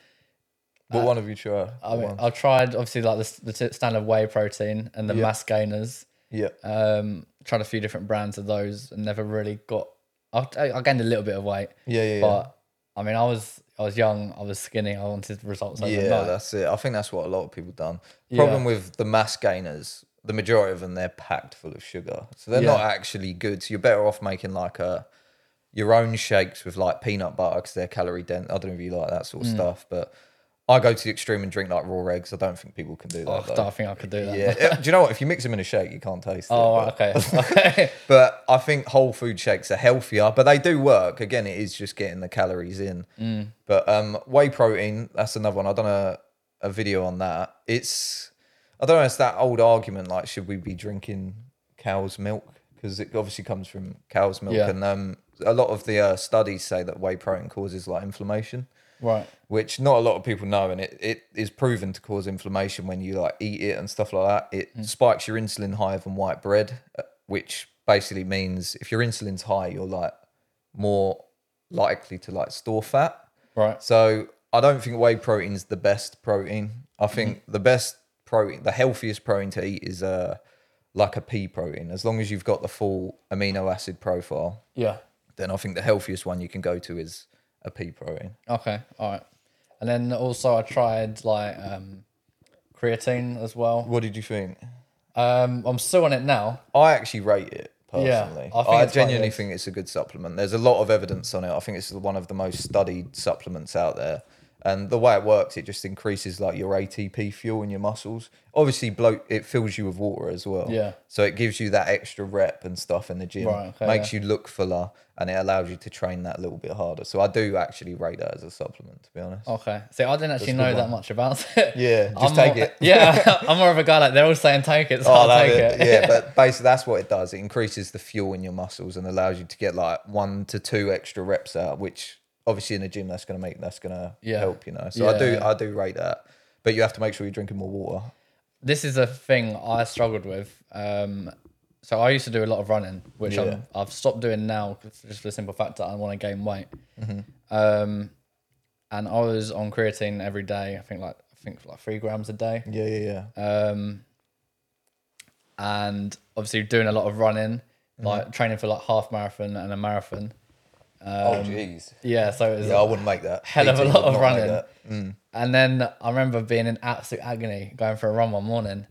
Mm-hmm. What one of you try?
uh, I mean, I've tried obviously like the, s- the t- standard whey protein and the mass gainers.
yeah.
Um, tried a few different brands of those and never really got. I, I gained a little bit of weight,
Yeah, yeah, yeah.
but I mean, I was I was young, I was skinny, I wanted results overnight.
Yeah, that's it. I think that's what a lot of people done. Problem with the mass gainers, the majority of them they're packed full of sugar, so they're not
Yeah.
actually good. So you're better off making like a your own shakes with like peanut butter because they're calorie dense. I don't know if you like that sort of
Mm.
stuff, but I go to the extreme and drink like raw eggs. I don't think people can do that.
I
though.
don't think I could do that.
Yeah, Eh, do you know what? If you mix them in a shake, you can't taste it.
Oh,
but-
right, okay. okay.
but I think whole food shakes are healthier, but they do work. Again, it is just getting the calories in. But um, whey protein, that's another one. I done a, a video on that. It's, I don't know, it's that old argument like, should we be drinking cow's milk? Because it obviously comes from cow's milk.
Yeah.
And um, a lot of the uh, studies say that whey protein causes like inflammation
right.
which not a lot of people know, and it, it is proven to cause inflammation when you like eat it and stuff like that. It spikes your insulin higher than white bread, uh, which basically means if your insulin's high, you're like more likely to like store fat.
Right.
So I don't think whey protein's the best protein. I think the best protein, the healthiest protein to eat is uh, like a pea protein. As long as you've got the full amino acid profile,
Yeah.
then I think the healthiest one you can go to is a pea protein.
Okay. All right. And then also I tried like um, creatine as well.
What did you think?
Um, I'm still on it now.
I actually rate it personally.
I think
I,
it's quite
genuinely
good.
think it's a good supplement. There's a lot of evidence on it. I think it's one of the most studied supplements out there. And the way it works, it just increases like your ATP fuel in your muscles. Obviously, bloat it fills you with water as well.
Yeah.
So it gives you that extra rep and stuff in the gym.
Right, okay,
Makes you look fuller, and it allows you to train that little bit harder. So I do actually rate that as a supplement, to be honest.
Okay. See, I didn't actually know that much about it.
Yeah, just
I'm
take
more-
it.
yeah. I'm more of a guy like they're all saying take it, so
Oh,
I'll
I love
take it.
it. Yeah, but basically that's what it does. It increases the fuel in your muscles and allows you to get like one to two extra reps out, which obviously in the gym that's gonna make that's gonna
Yeah.
help, you know. So I do
Yeah.
I do rate that. But you have to make sure you're drinking more water.
this is a thing I struggled with. Um, so I used to do a lot of running, which
Yeah.
I'm, I've stopped doing now just for the simple fact that I want to gain weight.
Mm-hmm.
Um, and I was on creatine every day. I think like I think like three grams a day.
Yeah, yeah, yeah.
Um, and obviously doing a lot of running,
Mm-hmm.
like training for like half marathon and a marathon.
oh jeez.
Yeah, so it was
Yeah, I wouldn't make that.
Um, hell of a
PT would
lot of
not make
running.
that. Mm.
And then I remember being in absolute agony going for a run one morning,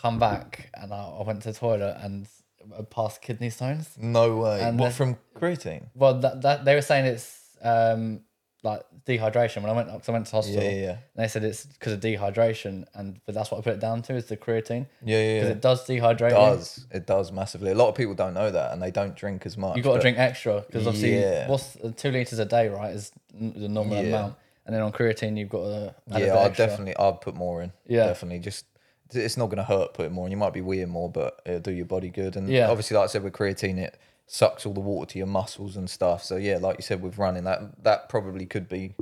come back and I, I went to the toilet and uh, passed kidney stones.
No way.
And
what
then-
from creatine?
Well, that, that they were saying it's um, like dehydration. When I went, cause I went to
Yeah,
hospital,
yeah, yeah.
and they said it's because of dehydration, and but that's what I put it down to is the creatine
Yeah, yeah,
because
yeah.
it does dehydrate.
It
you.
does. It does massively. A lot of people don't know that and they don't drink as much.
You got to
but-
drink extra because obviously
Yeah.
what's uh, two liters a day, right? Is n- the normal
Yeah.
amount, and then on creatine you've got to
Yeah, I definitely I'd put more in.
Yeah.
Definitely. Just it's not gonna hurt putting more in. You might be weeing more, but it'll do your body good. And
Yeah.
obviously, like I said, with creatine it sucks all the water to your muscles and stuff. So yeah, like you said with running, that that probably could be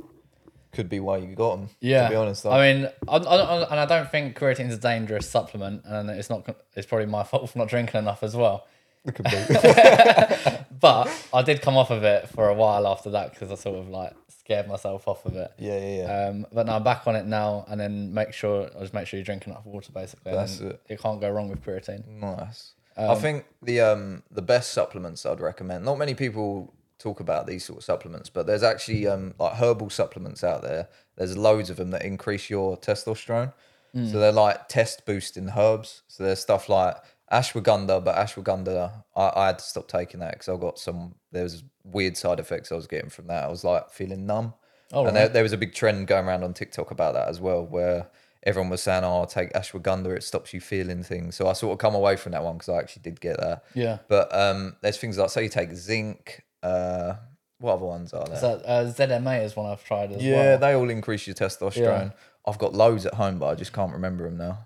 could be why you got them.
Yeah,
To be honest, I,
I mean, I, I, I, and I don't think creatine is a dangerous supplement, and it's not. It's probably my fault for not drinking enough as well. But I did come off of it for a while after that because I sort of like scared myself off of it.
yeah, yeah, yeah.
Um, but now I'm back on it now, and then make sure I just make sure you drink enough water. Basically, and
That's
then
it.
You can't go wrong with creatine.
Nice. I think the um the best supplements I'd recommend. Not many people talk about these sort of supplements, but there's actually um like herbal supplements out there. There's loads of them that increase your testosterone. So they're like test boosting herbs. So there's stuff like ashwagandha, but ashwagandha I, I had to stop taking that because I got some there was weird side effects I was getting from that. I was like feeling numb.
Oh,
and there, there was a big trend going around on TikTok about that as well, where everyone was saying, "Oh, take ashwagandha; it stops you feeling things." So I sort of come away from that one because I actually did get that.
Yeah.
But um, there's things like so you take zinc. Uh, what other ones are there?
So uh, ZMA is one I've tried as
yeah,
well.
they all increase your testosterone. I've got loads at home, but I just can't remember them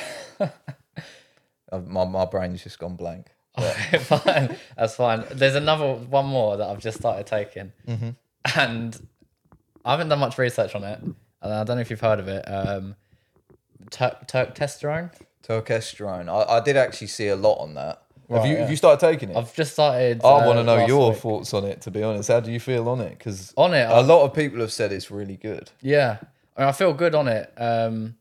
now. I've- my my brain's just gone blank.
fine. That's fine. There's another one more that I've just started taking,
Mm-hmm.
and I haven't done much research on it, and I don't know if you've heard of it. Um, Turk Turktesterone.
Turkestrone. I, I did actually see a lot on that. have
Right,
you
yeah.
have you started taking it?
I've just started.
I
uh,
want to know
last
your
week.
thoughts on it. To be honest, how do you feel on it? Because
On it,
a lot of people have said it's really good.
Yeah, I, mean, I feel good on it. Um,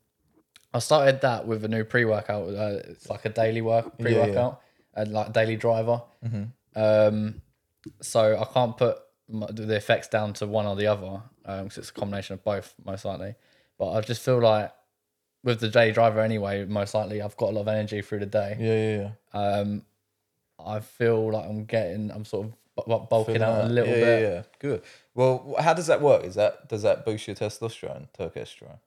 I started that with a new pre-workout. Uh, it's like a daily work
yeah. Mm-hmm.
pre-workout and like daily driver. Um, so I can't put m- the effects down to one or the other because it's a combination of both, most likely. But I just feel like with the daily driver anyway, most likely I've got a lot of energy through the day.
Yeah, yeah, yeah.
Um, I feel like I'm getting, I'm sort of bu- bu- bulking out a little
yeah,
bit.
Yeah, yeah, good. Well, wh- how does that work? Is that does that boost your testosterone, turkestrone?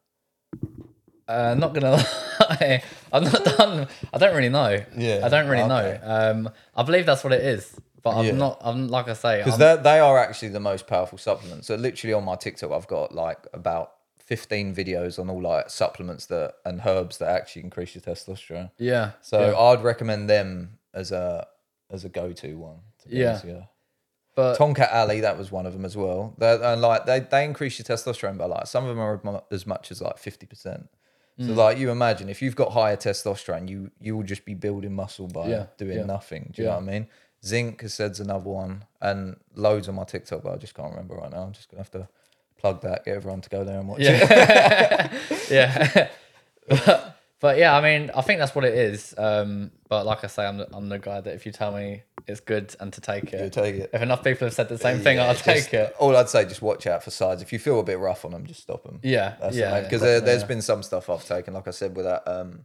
Uh, not gonna lie, I'm not done. I don't really know.
Yeah, Ah,
I don't really know.
okay.
Um, I believe that's what it is, but I'm
Yeah.
not. I'm like I say, I'm,
Because they they are actually the most powerful supplements. So literally on my TikTok, I've got like about fifteen videos on all like supplements that and herbs that actually increase your testosterone.
yeah.
So
yeah.
I'd recommend them as a as a go to one. To be
Yeah.
honest, yeah.
but
Tonka Alley, that was one of them as well. They're, they're like they, they increase your testosterone by like some of them are mu- as much as like fifty percent. So
Mm.
like you imagine if you've got higher testosterone, you you will just be building muscle by
Yeah,
doing
yeah.
nothing. Do you
Yeah.
know what I mean? Zinc has said's another one, and loads on my TikTok, but I just can't remember right now. I'm just gonna have to plug that, get everyone to go there and watch it.
yeah yeah but, but yeah i mean i think that's what it is um but like i say i'm the, I'm the guy that if you tell me it's good and to take
You
it
take it.
if enough people have said the same thing
Yeah,
i'll
just-
take it
All I'd say, just watch out for sides. If you feel a bit rough on them, just stop them.
yeah
That's
yeah
yeah, because there, there's been some stuff I've taken, like I said, with that um,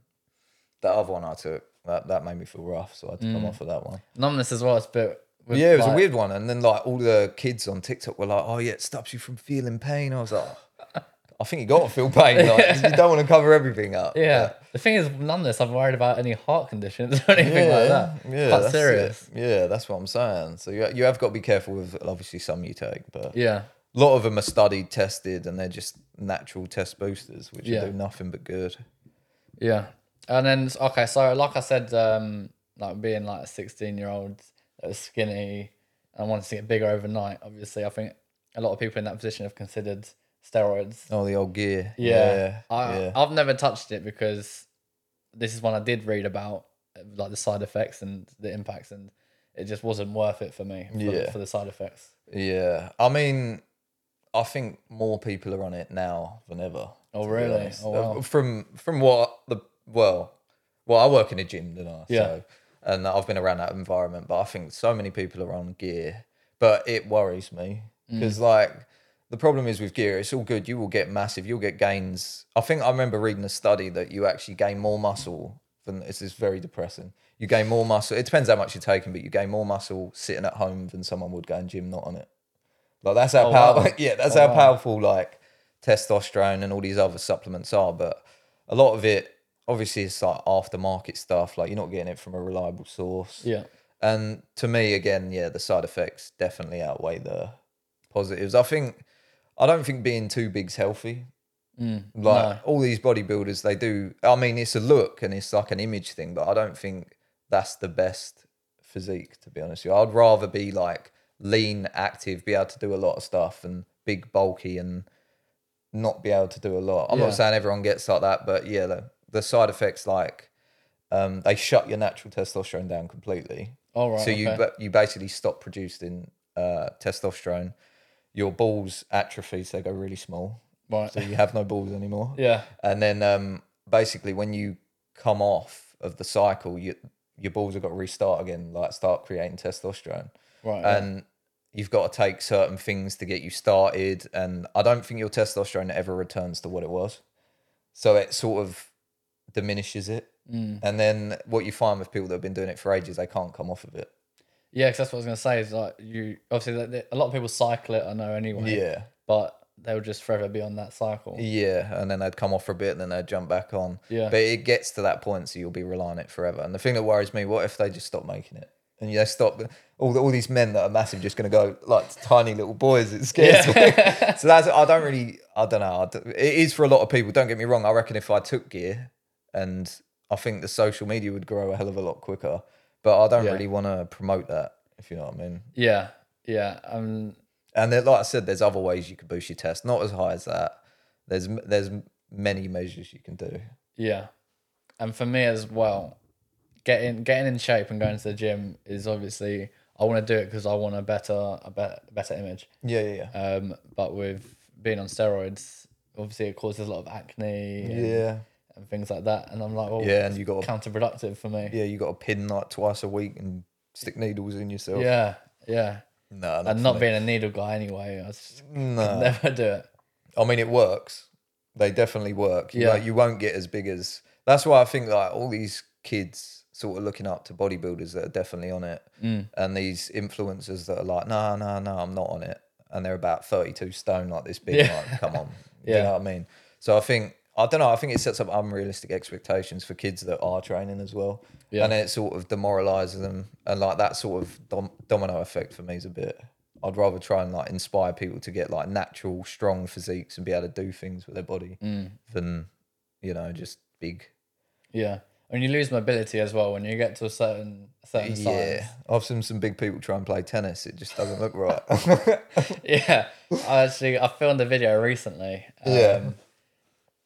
that other one I took. That that made me feel rough, so I had to come off of that one.
numbness as well it's a bit with,
Mm. yeah, it was
like-
a weird one. And then like all the kids on TikTok were like, "Oh yeah, it stops you from feeling pain." I was like, "Oh, "I think you got to feel pain. Like, you don't want to cover everything up."
yeah the thing is numbness i'm worried about any heart conditions or anything like that
Yeah,
Quite
that's it.
serious
Yeah, that's what I'm saying. So you, you have got to be careful with obviously some you take, but
yeah
a lot of them are studied, tested, and they're just natural test boosters, which
Yeah.
do nothing but good.
Yeah. And then okay, so like I said, um, like being like a sixteen year old that was skinny and wanted to get bigger overnight, obviously I think a lot of people in that position have considered steroids.
Oh, the old gear.
Yeah.
yeah.
I
yeah.
I've never touched it because this is one I did read about like the side effects and the impacts and it just wasn't worth it for me for,
Yeah.
for the side effects.
Yeah, I mean, I think more people are on it now than ever.
Oh,
to be
really?
honest.
Oh, wow.
Uh, From from what the well, well, I work in a gym, don't I?
Yeah.
So, and I've been around that environment, but I think so many people are on gear, but it worries me
Mm.
because like. The problem is with gear, it's all good. You will get massive, you'll get gains. I think I remember reading a study that you actually gain more muscle than it's just very depressing. You gain more muscle. It depends how much you're taking, but you gain more muscle sitting at home than someone would going gym not on it. Like that's how powerful.
Oh, wow.
yeah, that's how powerful like testosterone and all these other supplements are. But a lot of it, obviously, it's like aftermarket stuff. Like you're not getting it from a reliable source.
Yeah.
And to me, again, yeah, the side effects definitely outweigh the positives. I think I don't think being too big's healthy. like all these bodybuilders, they do. I mean, it's a look and it's like an image thing, but I don't think that's the best physique. To be honest, with you, I'd rather be like lean, active, be able to do a lot of stuff, and big, bulky, and not be able to do a lot. I'm
Yeah.
not saying everyone gets like that, but yeah, the, the side effects like um, they shut your natural testosterone down completely.
All right.
So you
okay.
ba- you basically stop producing uh, testosterone. Your balls atrophy, so they go really small.
right.
So you have no balls anymore.
yeah.
And then um, basically, when you come off of the cycle, you, your balls have got to restart again, like start creating testosterone.
Right.
And you've got to take certain things to get you started. And I don't think your testosterone ever returns to what it was. So it sort of diminishes it.
Mm.
And then what you find with people that have been doing it for ages, they can't come off of it.
yeah, because that's what I was gonna say is like you obviously that- that- a lot of people cycle it. I know anyway.
Yeah.
but they'll just forever be on that cycle.
Yeah, and then they'd come off for a bit, and then they'd jump back on.
Yeah.
but it gets to that point, so you'll be relying on it forever. And the thing that worries me, what if they just stop making it? And they stop all the, all these men that are massive, just going to go like tiny little boys. It scares me. so that's I don't really I don't know. I d it is for a lot of people. Don't get me wrong. I reckon if I took gear, and I think the social media would grow a hell of a lot quicker. But I don't
Yeah.
really want to promote that. If you know what I mean.
Yeah, yeah. Um,
And then, like I said, there's other ways you can boost your test. Not as high as that. There's there's many measures you can do.
yeah. And for me as well, getting getting in shape and going to the gym is obviously I want to do it because I want a better a be- better image.
Yeah, yeah, yeah.
Um, but with being on steroids, obviously it causes a lot of acne and,
Yeah,
and things like that. And I'm like, well,
yeah. And you got to,
counterproductive for me.
yeah, you got to pin like twice a week and stick needles in yourself.
Yeah, yeah.
no,
And not being a needle guy anyway, I just
no.
never do it.
I mean, it works. They definitely work. You,
Yeah.
like, you won't get as big as. That's why I think like all these kids sort of looking up to bodybuilders that are definitely on it,
Mm.
and these influencers that are like, no, no, no, I'm not on it, and they're about 32 stone, like this big.
Yeah.
Like, come on,
Yeah.
you know what I mean? So I think I don't know. I think it sets up unrealistic expectations for kids that are training as well,
Yeah.
and it sort of demoralizes them, and like that sort of dom- domino effect for me is a bit. I'd rather try and like inspire people to get like natural, strong physiques and be able to do things with their body
Mm.
than you know just big.
Yeah. And you lose mobility as well when you get to a certain certain size.
Yeah, I've seen some big people try and play tennis. It just doesn't look right.
yeah, I actually I filmed a video recently. Um,
Yeah.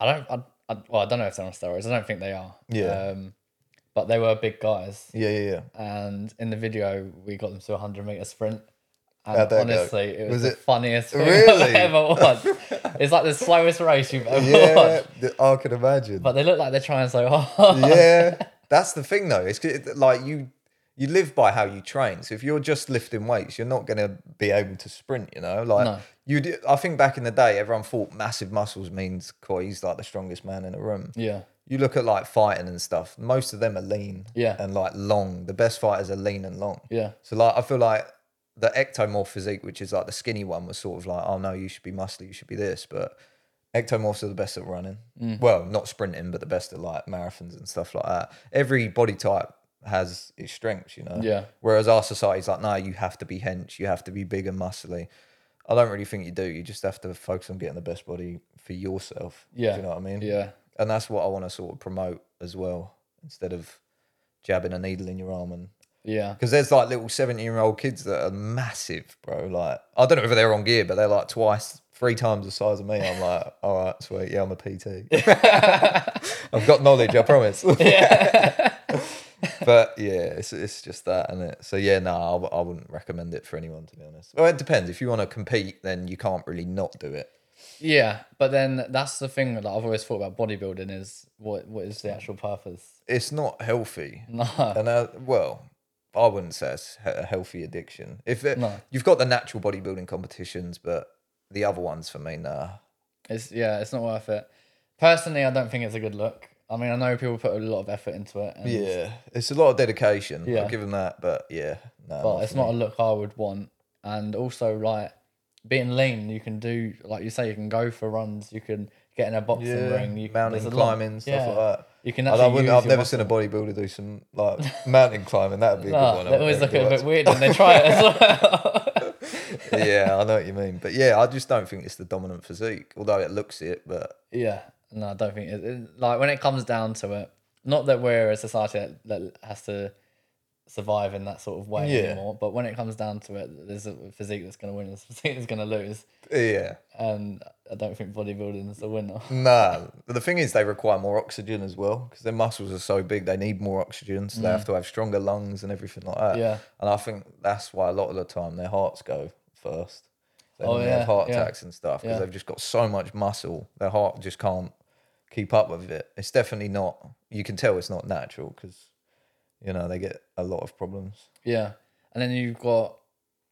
I don't. I, I, well, I don't know if they're on steroids. I don't think they are.
Yeah.
Um, but they were big guys,
yeah, yeah, yeah.
and in the video we got them to a hundred meter sprint, And
How'd that go?
honestly, it was,
Was
the
it-
funniest thing
Really?
I've ever watched. it's like the slowest race you've ever
Yeah,
watched.
th- I can imagine.
But they look like they're trying so hard.
yeah, that's the thing though. It's 'cause it- like you you live by how you train. So if you're just lifting weights, you're not going to be able to sprint. You know, like
No.
you. Do, I think back in the day, everyone thought massive muscles means Coy, he's like the strongest man in the room.
Yeah.
You look at like fighting and stuff. Most of them are lean,
Yeah.
and like long. The best fighters are lean and long.
Yeah.
So like I feel like the ectomorph physique, which is like the skinny one, was sort of like, oh no, you should be muscly, you should be this. But ectomorphs are the best at running.
Mm.
Well, not sprinting, but the best at like marathons and stuff like that. Every body type has its strengths, you know.
Yeah.
Whereas our society's like, no, you have to be hench, you have to be big and muscly. I don't really think you do. You just have to focus on getting the best body for yourself.
Yeah.
Do you know what I mean?
Yeah.
And that's what I want to sort of promote as well, instead of jabbing a needle in your arm and
Yeah.
because there's like little 17 year old kids that are massive, bro. Like, I don't know if they're on gear, but they're like twice, three times the size of me. I'm like, all right, sweet. Yeah, I'm a PT. I've got knowledge, I promise. but yeah, it's, it's just that, and it? So yeah, no, I, w- I wouldn't recommend it for anyone, to be honest. Well, it depends. If you want to compete, then you can't really not do it.
Yeah. But then that's the thing that I've always thought about bodybuilding is what what is the actual purpose?
It's not healthy.
No.
And uh, well, I wouldn't say it's he- a healthy addiction. If it,
No.
you've got the natural bodybuilding competitions, but the other ones for me, nah.
It's yeah, it's not worth it. Personally, I don't think it's a good look. I mean, I know people put a lot of effort into it, and,
Yeah, it's a lot of dedication.
Yeah.
I'll give them that, but yeah, no.
but
not
it's
for me.
not a look I would want. And also, like being lean, you can do like you say, you can go for runs, you can get in a boxing
Yeah,
ring, you, there's
mountain
a lot-
climbing stuff
yeah.
like that.
You can
I
actually.
wouldn't-
use
I've
your
never seen a
muscle.
bodybuilder do some like mountain climbing. That would be a
Ah,
good one. I
they
would
always look
think.
a bit weird when they try it as well.
yeah, I know what you mean, but yeah, I just don't think it's the dominant physique. Although it looks it, but
yeah, no, I don't think it, it- Like when it comes down to it, not that we're a society that, that has to survive in that sort of way
Yeah.
anymore. But when it comes down to it, there's a physique that's going to win, there's a physique that's going to lose,
yeah,
and I don't think bodybuilding is the winner.
Nah, but the thing is, they require more oxygen as well because their muscles are so big. They need more oxygen, so they have to have stronger lungs and everything like that.
Mm. Yeah.
and I think that's why a lot of the time their hearts go first. They
Oh,
normally
yeah,
have heart
yeah.
attacks and stuff because
Yeah.
they've just got so much muscle, their heart just can't keep up with it. It's definitely not. You can tell it's not natural because you know they get a lot of problems.
Yeah, and then you've got,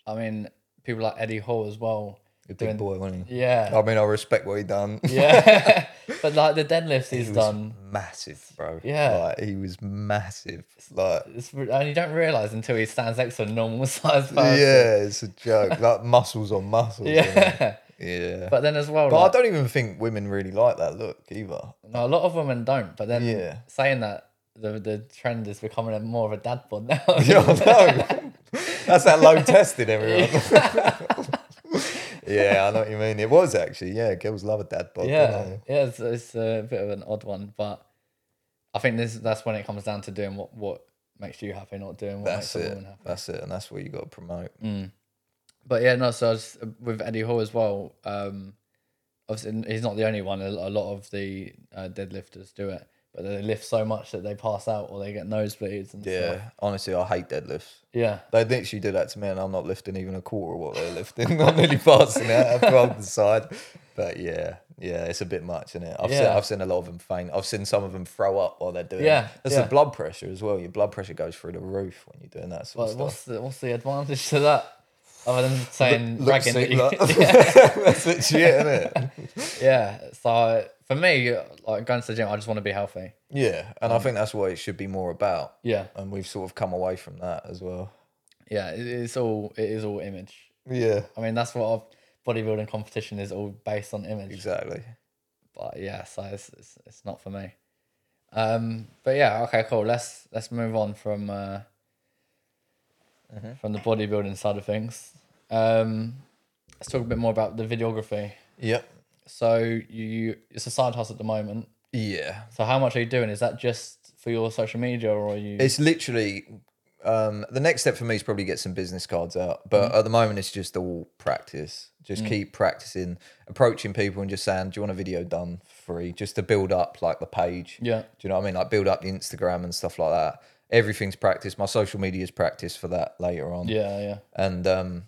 I mean, people like Eddie Hall as well.
The big boy, wasn't he?
Yeah,
I mean, I respect what he done.
yeah, but like the deadlifts he's
He was
done.
massive, bro.
Yeah.
like, he was massive. Like.
It's, re- and you don't realize until he stands next to a normal sized person.
Yeah, it's a joke. like muscles on muscles.
Yeah.
isn't it? Yeah. But,
But then as well,
I
like,
don't even think women really like that look either.
no, a lot of women don't. But then
Yeah.
saying that, the the trend is becoming a more of a dad bod now.
Yeah, I know. That's that low testing, everyone. yeah, I know what you mean. It was actually, yeah, girls love a dad bod.
yeah,
Yeah.
yeah, it's, it's a bit of an odd one, but I think this that's when it comes down to doing what what makes you happy, not doing what
That's
makes a
it.
woman happy.
That's it. And that's what you got to promote.
Mm. But yeah, no. So I was, uh, with Eddie Hall as well, um, obviously he's not the only one. A, a lot of the uh, deadlifters do it, but they lift so much that they pass out or they get nosebleeds and
Yeah.
stuff.
Honestly, I hate deadlifts.
Yeah,
They literally do that to me, and I'm not lifting even a quarter of what they're lifting. I'm nearly passing out. I've rolled the side. But yeah, yeah, it's a bit much, isn't it? I've, seen,
Yeah.
I've seen a lot of them faint. I've seen some of them throw up while they're doing
Yeah,
it. That's
yeah.
the blood pressure as well. Your blood pressure goes through the roof when you're doing that
But
sort of stuff.
what's the what's the advantage to that? Other than saying
Look,
bragging,
see,
that you-
look. That's literally it, isn't it?
yeah. So for me, like going to the gym, I just want to be healthy.
Yeah, and I think that's what it should be more about.
Um, Yeah,
And we've sort of come away from that as well.
yeah. It, it's all it is all image.
Yeah,
I mean, that's what our bodybuilding competition is all based on image.
exactly.
but yeah, so it's, it's it's not for me. Um, but yeah, okay, cool. Let's let's move on from uh, from the bodybuilding side of things. Um, let's talk a bit more about the videography.
Yep.
So you it's a side hustle at the moment.
Yeah.
So how much are you doing? Is that just for your social media, or are you?
It's literally um, the next step for me is probably get some business cards out, but at the moment it's just all practice. Just keep practicing, approaching people and just saying, "Do you want a video done for free?" Just to build up like the page.
Yeah.
Do you know what I mean? Like build up the Instagram and stuff like that. Everything's practice. My social media is practice for that later on
yeah, yeah,
and um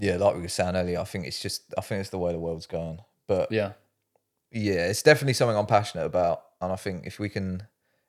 yeah, like we were saying earlier, I think it's just I think it's the way the world's going. But
Yeah.
yeah, it's definitely something I'm passionate about, and I think if we can,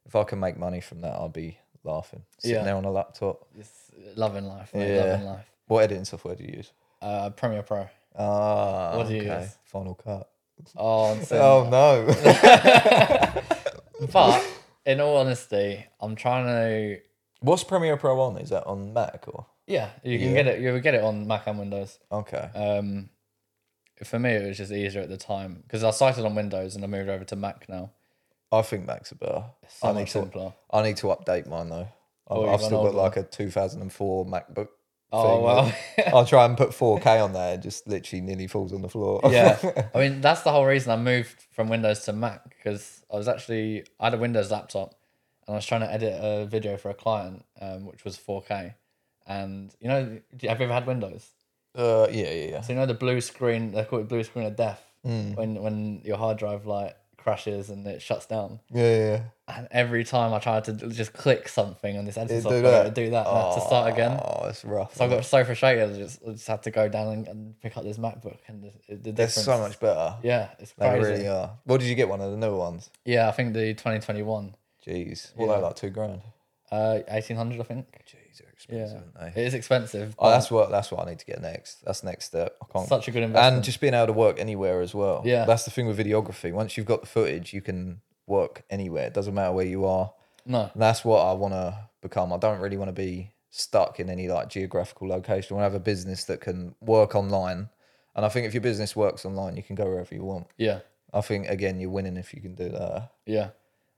if I can make money from that, I'll be laughing sitting
Yeah.
there on a laptop.
It's loving life. Mate,
Yeah.
Loving life.
What editing software do you use?
Uh, Premiere Pro.
Ah,
What do you
okay.
use?
Final Cut.
Oh, I'm saying
Oh no!
But in all honesty, I'm trying to.
What's Premiere Pro on? Is that on Mac or?
Yeah, you can
Yeah.
get it. You would get it on Mac and Windows.
Okay.
Um, for me, it was just easier at the time because I started on Windows and I moved over to Mac now.
I think Mac's a better.
So
I need
much
to.
simpler.
I need to update mine though. I've,
Oh, you've
I've still
gone
got like a 2004 MacBook.
Oh
thing.
well.
I'll try and put 4K on there. It just literally nearly falls on the floor.
yeah. I mean, that's the whole reason I moved from Windows to Mac because I was actually I had a Windows laptop and I was trying to edit a video for a client, um, which was 4K. And you know, do you- have you ever had Windows?
uh, yeah, yeah, yeah.
So you know the blue screen, they call it blue screen of death
Mm.
when when your hard drive like crashes and it shuts down.
Yeah, yeah, yeah.
And every time I tried to d- just click something on this editing
It'd do
software,
that.
it'd do that and I had to start again.
Oh, it's rough.
So I got so frustrated, I just, I just had to go down and, and pick up this MacBook and the, the
They're
difference.
so much better.
yeah, it's
they
crazy.
really are. What did you get? One of the newer ones?
Yeah, I think the 2021,
Jeez. Well, they're like two grand.
uh, 1800, I think.
Jeez, they're
Yeah,
expensive, aren't
it
they?
is expensive.
Oh,
but
that's what that's what I need to get next. That's next step. I can't.
such a good investment.
and just being able to work anywhere as well.
Yeah.
That's the thing with videography. Once you've got the footage, you can work anywhere. It doesn't matter where you are.
no,
And that's what I want to become. I don't really want to be stuck in any like geographical location. I want to have a business that can work online. And I think if your business works online, you can go wherever you want.
yeah,
I think again, you're winning if you can do that.
yeah.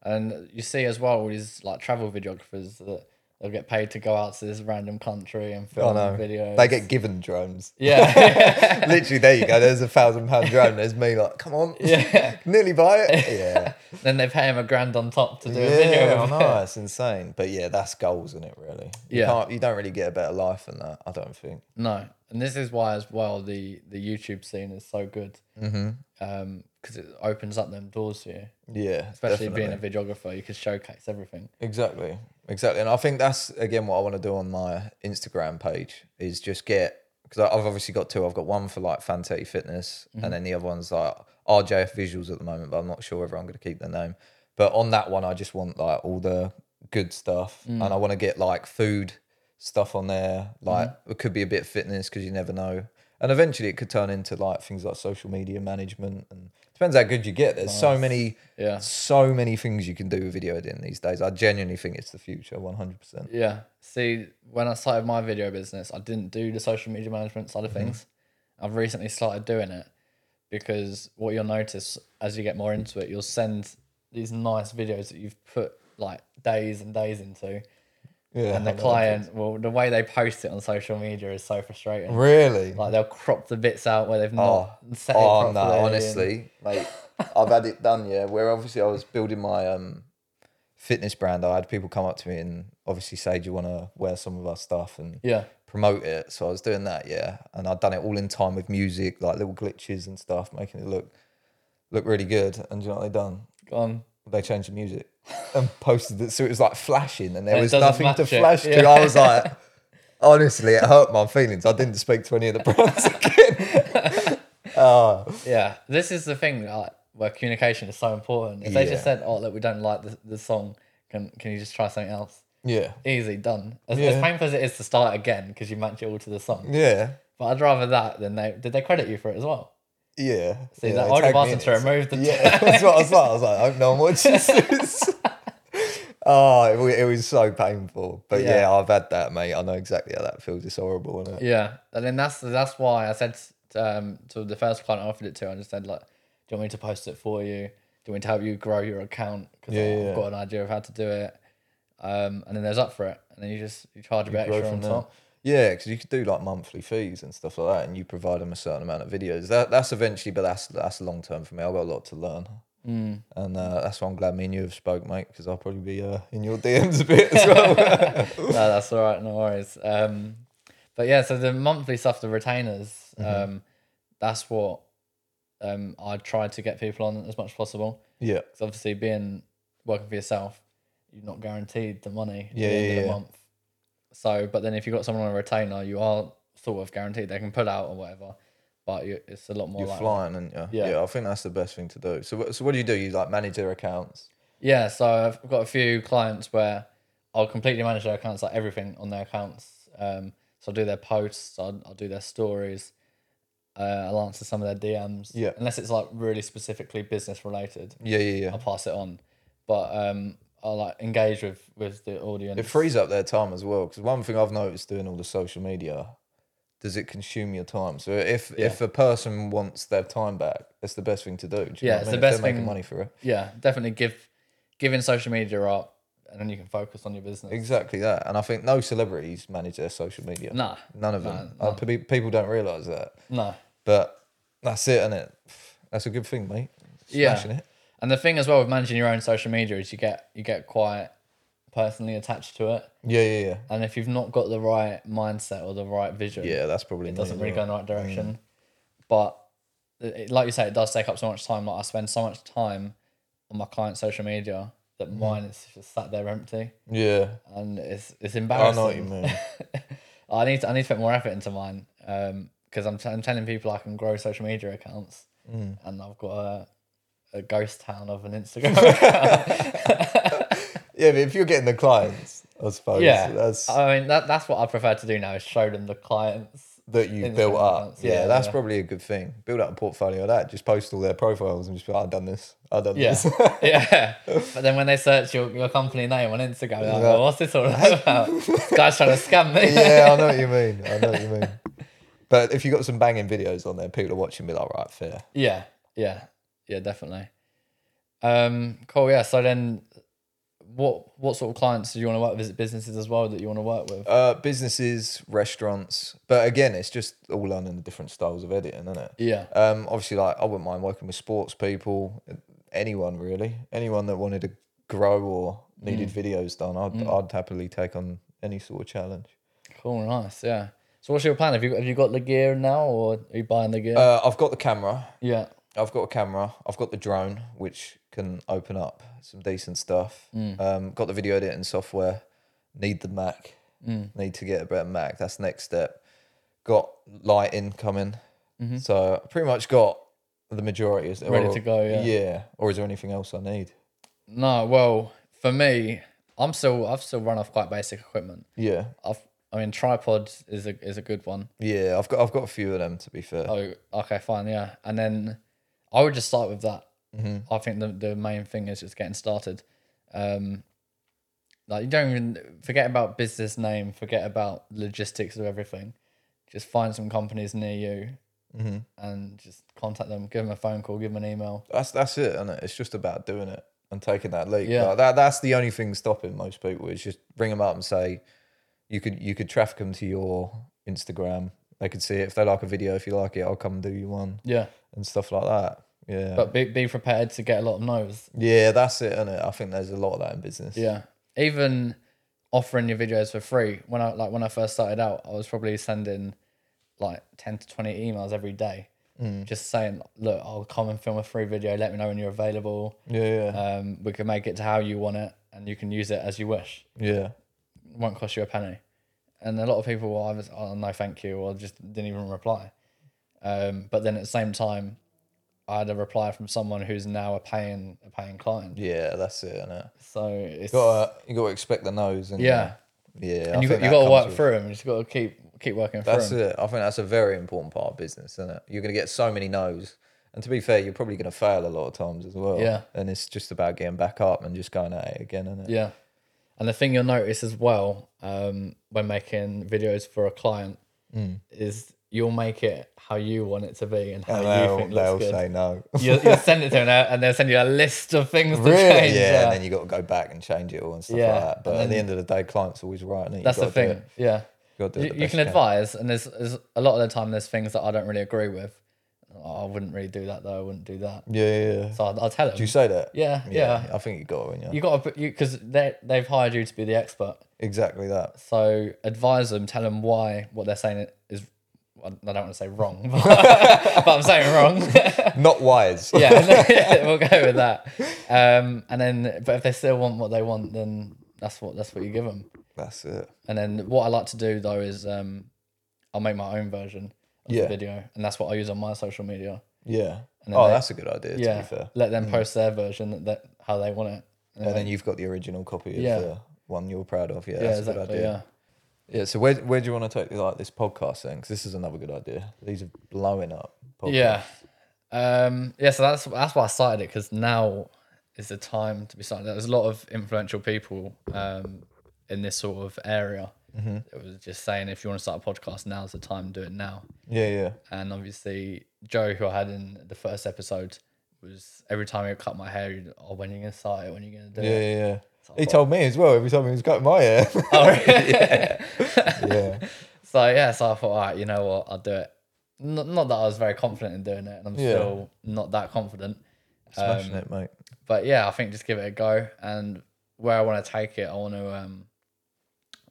And you see as well all these like travel videographers that they'll get paid to go out to this random country and film
Oh, no.
videos.
They get given drones.
yeah,
Literally, there you go. There's a thousand pound drone. There's me like, come on,
yeah.
nearly buy it. Yeah,
Then they pay him a grand on top to do a
yeah,
video.
I
With
know. It's insane. But yeah, that's goals, isn't it? Really. You
Yeah.
Can't, you don't really get a better life than that. I don't think.
No, and this is why as well the the YouTube scene is so good. Mm-hmm. Um, because it opens up them doors for you,
Yeah.
especially
definitely.
being a videographer. You can showcase everything.
Exactly. Exactly. And I think that's again what I want to do on my Instagram page is just get because I've obviously got two. I've got one for like Fantasy Fitness, and then the other one's like RJF Visuals at the moment, but I'm not sure whether I'm going to keep the name. But on that one, I just want like all the good stuff, and I want to get like food stuff on there. Like it could be a bit of fitness because you never know. And eventually, it could turn into like things like social media management, and depends how good you get. There's so many
Yeah,
so many things you can do with video editing these days. I genuinely think it's the future, 100%.
yeah. See, when I started my video business, I didn't do the social media management side of
Mm-hmm.
things. I've recently started doing it because what you'll notice as you get more into it, you'll send these nice videos that you've put like days and days into,
Yeah.
and the client, well, the way they post it on social media is so frustrating.
Really?
Like they'll crop the bits out where they've
oh,
not set it
oh,
properly.
no,
and-
honestly, mate, I've had it done, yeah, where obviously I was building my um, fitness brand. I had people come up to me and obviously say, do you want to wear some of our stuff? And
Yeah,
promote it. So I was doing that, yeah, and I'd done it all in time with music, like little glitches and stuff, making it look look really good. And do you know what they done?
gone.
they changed the music and posted it. So it was like flashing and there
And it
was
doesn't
nothing to
match it,
flash
yeah.
to. I was like, honestly, it hurt my feelings. I didn't speak to any of the brands again. oh,
Yeah, this is the thing like, where communication is so important. If they just
Yeah.
said, "Oh, look, we don't like the the song," can can you just try something else?
yeah.
Easy done. As, as
Yeah. Mm.
painful as it is to start again because you match it all to the song.
Yeah.
But I'd rather that than they did. They credit you for it as well.
Yeah.
See, that
yeah, they
I would have
tagged me
asked them to
in it.
remove the.
Yeah, that's what I was like. I was like, I hope no one watches this. oh, it, wa- it was so painful. But
Yeah.
yeah. I've had that, mate. I know exactly how that feels. It's horrible, isn't it?
Yeah, and then that's that's why I said um, to the first client I offered it to, I just said like, "Do you want me to post it for you? Do you want me to help you grow your account? Because
Yeah,
I've
yeah.
got an idea of how to do it." Um, and then there's up for it, and then you just you charge a bit
grow
extra on
from there.
top.
Yeah, because you could do like monthly fees and stuff like that, and you provide them a certain amount of videos. That that's eventually, but that's that's long term for me. I've got a lot to learn, and uh, that's why I'm glad me and you have spoke, mate. Because I'll probably be uh, in your DMs a bit as well.
no, that's all right, no worries. Um, but yeah, so the monthly stuff, the retainers,
Mm-hmm.
um, that's what um, I try to get people on as much as possible.
yeah,
Because obviously, being working for yourself, you're not guaranteed the money at
Yeah,
the end
yeah,
of the
yeah.
month. So, but then if you've got someone on a retainer, you are sort of guaranteed they can put out or whatever. But you, it's a lot more
You're
like
flying, and yeah.
Yeah.
I think that's the best thing to do. So, what- so what do you do? You like manage their accounts.
Yeah, so I've got a few clients where I'll completely manage their accounts, like everything on their accounts. Um, so I'll do their posts, I'll, I'll do their stories, uh, I'll answer some of their DMs.
Yeah.
Unless it's like really specifically business related,
Yeah, yeah, yeah.
I'll pass it on. But um, I'll like engage with with the audience.
It frees up their time as well. Because one thing I've noticed doing all the social media, does it consume your time? So if if a person wants their time back, that's the best thing to do. do you know
Yeah,
what
it's
I
the
mean? If they're
best
Making
thing-
money for it.
yeah, definitely give giving social media up, and then you can focus on your business.
Exactly that. And I think no celebrities manage their social media.
Nah,
None of them. Uh, pe- people don't realise that.
no.
But that's it, isn't it? That's a good thing, mate.
Yeah.
Smashing it.
And the thing as well with managing your own social media is you get you get quite personally attached to it.
Yeah, yeah, yeah.
And if you've not got the right mindset or the right vision,
Yeah, that's probably
it
me
doesn't
as
really
well.
go in the right direction. But it, it- like you say, it does take up so much time. Like I spend so much time on my client's social media
Mm.
that mine is just sat there empty,
Yeah.
and it's it's
I
embarrassing.
know what you mean.
I need to, I need to put more effort into mine because I'm, t- I'm telling people I can grow social media accounts,
Mm.
and I've got a, a ghost town of an Instagram.
yeah, but if you're getting the clients, I suppose
yeah,
that's
I mean that that's what I prefer to do now is show them the clients.
that you
Instagram
built up.
accounts,
Yeah,
yeah,
that's
yeah.
probably a good thing. Build up a portfolio of that. Just post all their profiles and just be like, I've done this. I've done
Yeah,
this.
yeah. But then when they search your, your company name on Instagram, they're like, well, what's this all about? this guy's trying to scam me.
yeah, I know what you mean. I know what you mean. But if you've got some banging videos on there, people are watching me like, right, fair.
Yeah, yeah, yeah, definitely. Um, cool. Yeah. So then, what what sort of clients do you want to work with? Is it businesses as well that you want to work with?
Uh, businesses, restaurants. But again, it's just all learning the different styles of editing, isn't it?
Yeah,
Um, obviously, like I wouldn't mind working with sports people, anyone really, anyone that wanted to grow or needed
Mm.
videos done. I'd, I'd happily take on any sort of challenge.
cool, nice. Yeah. So what's your plan? Have you have you got the gear now, or are you buying the gear?
Uh, I've got the camera.
yeah,
I've got a camera. I've got the drone, which can open up some decent stuff.
Mm.
Um, got the video editing software. Need the Mac.
Mm.
Need to get a better Mac. That's the next step. Got lighting coming. So I pretty much got the majority. Is
Mm-hmm. Ready to go, yeah.
Yeah. Or is there anything else I need?
no. Well, for me, I'm still I've still run off quite basic equipment.
Yeah.
I've I mean tripod is a is a good one.
Yeah, I've got I've got a few of them to be fair.
Oh, okay, fine, yeah. And then I would just start with that. I think the, the main thing is just getting started. Um, like you don't even forget about business name, forget about logistics of everything. Just find some companies near you and just contact them, give them a phone call, give them an email.
That's that's it, and it's just about doing it and taking that leap.
Yeah.
Like, that that's the only thing stopping most people is just bring them up and say, you could you could traffic them to your Instagram. They could see it if they like a video. If you like it, I'll come and do you one
Yeah,
and stuff like that. Yeah,
but be, be prepared to get a lot of no's.
yeah, that's it, and I think there's a lot of that in business.
Yeah, even offering your videos for free. When I like when I first started out, I was probably sending like ten to twenty emails every day, just saying, "Look, I'll come and film a free video. Let me know when you're available.
yeah, yeah,
Um, we can make it to how you want it, and you can use it as you wish.
yeah.
It won't cost you a penny." And a lot of people were either "Oh no, thank you," or just didn't even reply. Um, but then at the same time, I had a reply from someone who's now a paying a paying client.
Yeah, that's it, and it.
So it's
Gotta, you got to expect the nose, and
Yeah.
yeah.
and you got you got to work through them. You just got to keep keep working through
That's
them.
it. I think that's a very important part of business, isn't it? You're going to get so many no's. And to be fair, you're probably going to fail a lot of times as well.
Yeah.
And it's just about getting back up and just going at it again, isn't it?
Yeah, and the thing you'll notice as well um, when making videos for a client
Mm.
is you'll make it how you want it to be and how
And
you
they'll,
think looks
they'll
good.
say no.
You'll, you'll send it to them and they'll- and they'll send you a list of things to change.
Yeah.
Yeah,
And then you got to go back and change it all and stuff
Yeah,
like that. But
and
at the end of the day, clients are always right. Innit?
that's the thing. Yeah,
Got to do
you,
it the
you
best
can advise, and there's, there's a lot of the time there's things that I don't really agree with. Oh, I wouldn't really do that though. I wouldn't do that.
Yeah, yeah, yeah.
So I'll, I'll tell them.
Do you say that?
yeah, yeah.
I think you got it, yeah.
You got to you because they they've hired you to be the expert.
Exactly that.
So advise them, tell them why what they're saying is. I don't want to say wrong, but, I'm saying wrong.
Not wise.
yeah, we'll go with that. Um, and then, but if they still want what they want, then that's what that's what you give them.
That's it.
And then what I like to do though is um, I'll make my own version of
Yeah.
the video, and that's what I use on my social media.
Yeah.
And then
Oh,
they-
that's a good idea. To
yeah,
be fair. Mm.
let them post their version that, that how they want it. And
And then you've got the original copy of
Um, Yeah.
the one you're proud of. Yeah,
yeah,
that's a good
exactly.
idea.
Yeah,
Yeah. So where where do you want to take like this podcast thing? 'Cause this is another good idea. These are blowing up. podcasts.
yeah, um, yeah. So that's that's why I started it because now is the time to be starting. There's a lot of influential people um, in this sort of area.
Mm-hmm.
It was just saying if you want to start a podcast, now's the time. Do it now.
Yeah. Yeah.
And obviously, Joe, who I had in the first episode, was every time he would cut my hair, he'd, oh, when are you going to start it? When are you going to do
Yeah.
it?
Yeah. yeah. He told me as well every time he was cutting my hair.
Oh,
yeah.
So, yeah, so I thought, all right, you know what? I'll do it. Not, not that I was very confident in doing it, and I'm
Yeah.
still not that confident. Um,
Smashing it, mate.
But yeah, I think just give it a go. And where I want to take it, I want to. Um,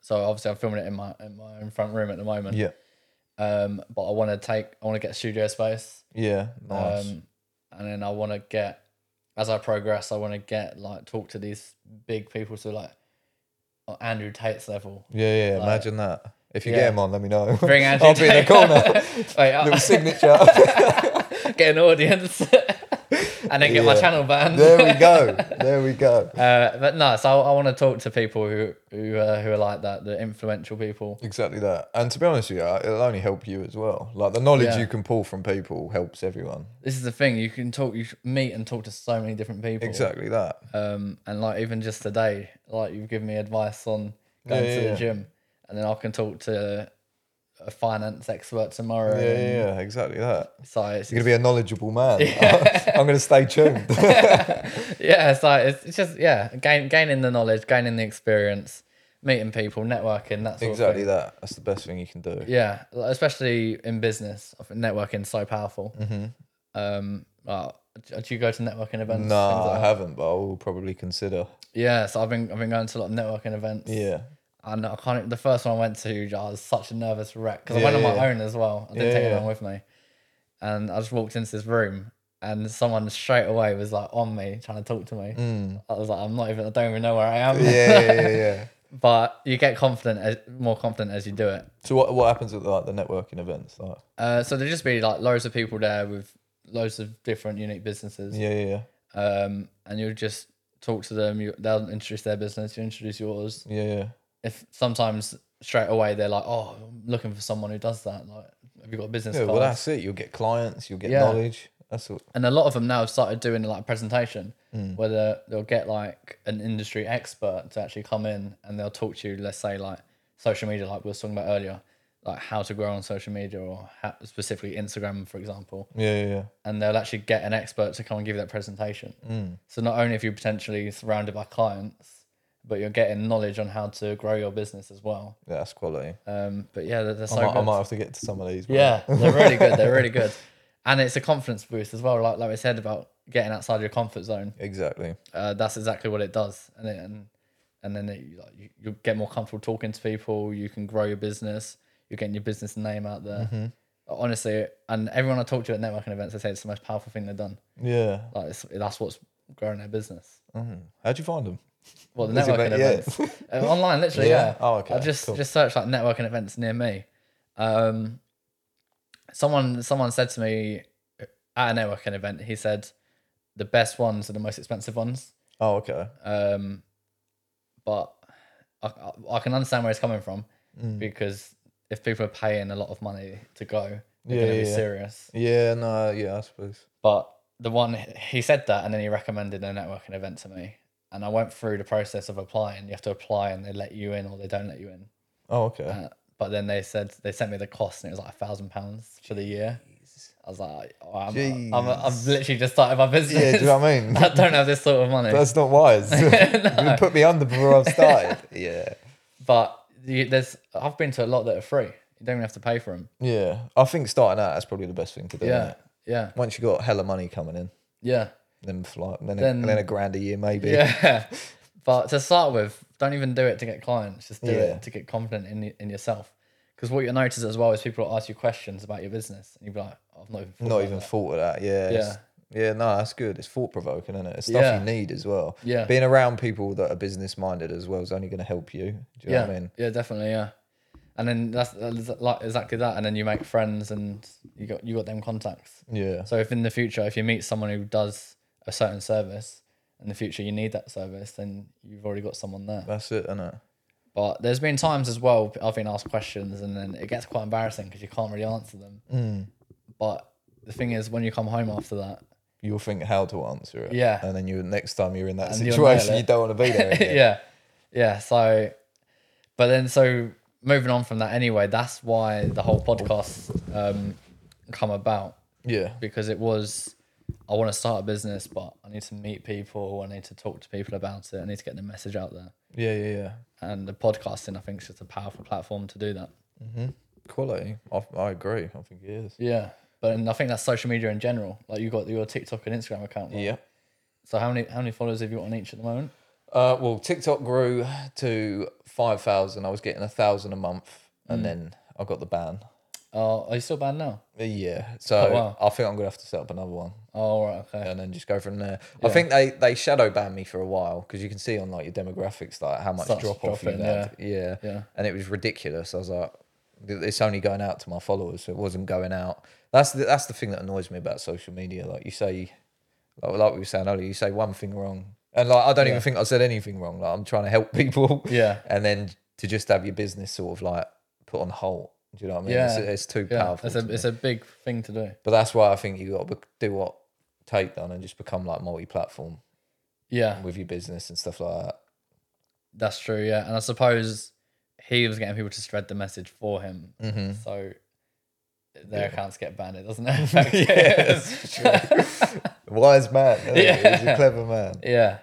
so obviously, I'm filming it in my in my own front room at the moment.
Yeah.
Um, but I want to take, I want to get studio space.
Yeah. Nice.
Um, and then I want to get, as I progress, I want to get like talk to these big people, so like uh, Andrew Tate's level.
yeah. Yeah. Imagine that. If you
yeah.
get him on, let me know.
Bring Andrew
I'll be in the
Tate-
corner.
Wait, I-
Little signature.
get an audience, and then get my
Yeah.
channel banned.
there we go. There we go.
Uh, but no, so I, I want to talk to people who who uh, who are like that, the influential people.
Exactly that. And to be honest with you, it'll only help you as well. Like the knowledge
Yeah.
you can pull from people helps everyone.
This is the thing you can talk, you meet and talk to so many different people.
Exactly that.
um, and like even just today, like you've given me advice on going
Yeah,
to
yeah,
the
yeah.
gym, and then I can talk to a finance expert tomorrow.
Yeah,
and
yeah, yeah, exactly that.
So it's,
You're gonna be a knowledgeable man. I'm gonna stay tuned.
yeah, so it's, it's just yeah, gain, gaining the knowledge, gaining the experience, meeting people, networking. That's
exactly that. That's the best thing you can do.
Yeah, like, especially in business, I think networking's so powerful.
Mm-hmm.
Um, uh, do you go to networking events?
No,
things
I
like that?
haven't, but I will probably consider.
Yeah, so I've been I've been going to a lot of networking events.
Yeah,
And I can't. The first one I went to, I was such a nervous wreck because
Yeah,
I went on
yeah,
my
yeah.
own as well. I didn't
Yeah,
take
yeah.
anyone with me, and I just walked into this room, and someone straight away was like on me, trying to talk to me. I was like, I'm not even. I don't even know where I am.
Mm. yeah, yeah, yeah. yeah.
but you get confident, as, more confident as you do it.
So what what happens at like the networking events? Like,
Uh, so there'd just be like loads of people there with loads of different unique businesses.
yeah, yeah, yeah,
Um, and you'll just talk to them. You, they'll introduce their business. You introduce yours.
yeah, yeah.
if sometimes straight away they're like, "Oh, I'm looking for someone who does that." Like, have you got a business
Yeah,
card?
well, that's it. You'll get clients. You'll get
Yeah.
knowledge. That's all.
and a lot of them now have started doing like a presentation
Hmm.
where they'll- they'll get like an industry expert to actually come in and they'll talk to you. Let's say like social media, like we were talking about earlier, like how to grow on social media or how, specifically Instagram, for example.
Yeah, yeah, yeah.
And they'll actually get an expert to come and give you that presentation.
Mm.
So not only are you potentially surrounded by clients, but you're getting knowledge on how to grow your business as well.
Yeah, that's quality.
Um, but yeah, they're, they're so
I, might, I
good.
might have to get to some of these. man.
Yeah, they're really good. They're really good, and it's a confidence boost as well. Like like we said about getting outside your comfort zone,
exactly.
uh, that's exactly what it does. And it, and and then it, like, you you get more comfortable talking to people. You can grow your business. You're getting your business name out there.
Mm-hmm.
Honestly, and everyone I talk to at networking events, they say it's the most powerful thing they've done.
Yeah.
Like it's, that's what's growing their business.
How'd you find them?
Well, the
Is it
networking
about- yeah.
events Uh, online, literally.
Yeah?
Yeah.
Oh, okay,
I just
cool.
just searched like networking events near me. Um, someone someone said to me at a networking event, he said the best ones are the most expensive ones.
Oh, okay.
Um, but I, I, I can understand where it's coming from
Hmm. Mm.
because if people are paying a lot of money to go, they're
Yeah,
going to
yeah,
be
yeah.
serious.
Yeah, no, yeah, I suppose.
But the one he said that, and then he recommended a networking event to me. And I went through the process of applying. You have to apply, and they let you in, or they don't let you in.
Oh, okay.
Uh, but then they said they sent me the cost, and it was like a thousand pounds for the year. I was like, oh, I'm, I'm, I'm,
Jeez.
literally just started my business.
Yeah, do you know what I mean?
I don't have this sort of money.
That's not wise. You put me under before I've started. yeah.
but you, there's, I've been to a lot that are free. You don't even have to pay for them.
Yeah. I think starting out, that's probably the best thing to do.
Yeah,
Yeah.
yeah,
Once you got hella money coming in,
yeah,
then fly, then, a,
Then-
and then a grand a year maybe.
yeah. but to start with, don't even do it to get clients. Just do
Yeah.
it to get confident in y- in yourself. Because what you will notice as well is people ask you questions about your business, and you will be like, I've not even thought
Not
about
even
that.
thought of that. Yeah.
Yeah.
it's- Yeah, no, that's good. It's thought provoking, isn't it? It's stuff
Yeah.
you need as well.
Yeah.
Being around people that are business minded as well is only going to help you. Do you know
yeah,
what I mean?
yeah, definitely, yeah. and then that's, that's like exactly that. And then you make friends, and you got you got them contacts.
Yeah.
So if in the future, if you meet someone who does a certain service, in the future you need that service, then you've already got someone there.
That's it, isn't it?
But there's been times as well I've been asked questions and then it gets quite embarrassing because you can't really answer them. But the thing is, when you come home after that,
You'll think how to answer it.
Yeah.
And then you next time you're in that
And you'll nail
situation, you
it.
don't want to be there.
yeah.
again.
yeah, So, but then so moving on from that anyway, that's why the whole podcast um, come about
Yeah.
because it was I want to start a business, but I need to meet people, I need to talk to people about it, I need to get the message out there,
Yeah. Yeah. Yeah.
and the podcasting I think is just a powerful platform to do that.
Quality. I, I agree. I think it is.
Yeah, but and I think that's social media in general. Like you got your TikTok and Instagram account. right?
Yeah.
So how many how many followers have you got on each at the moment?
Uh, well, TikTok grew to five thousand. I was getting a thousand a month,
Hmm.
and then I got the ban.
Uh, are you still banned now?
Yeah, so
Oh, wow.
I think I'm gonna have to set up another one
Oh, all right, okay.
and then just go from there. I think they they shadow banned me for a while because you can see on like your demographics like how much
Starts
drop off you
dropping,
had. Yeah. yeah,
Yeah.
and it was ridiculous. I was like, it's only going out to my followers. So it wasn't going out. That's the, that's the thing that annoys me about social media. Like you say, like, like we were saying earlier, you say one thing wrong, and like I don't even think I said anything wrong. Like I'm trying to help people.
Yeah.
and then to just have your business sort of like put on hold. Do you know what I mean?
Yeah.
It's, it's too
Yeah,
powerful.
it's
to
a
me.
it's a big thing to do.
But that's why I think you got to do what Tate done and just become like multi-platform
Yeah,
with your business and stuff like that.
that's true. Yeah, and I suppose he was getting people to spread the message for him,
Mm-hmm.
so their accounts get banned. It doesn't affect
Yes, Wise man. isn't he? He's a
Yeah.
clever man.
yeah.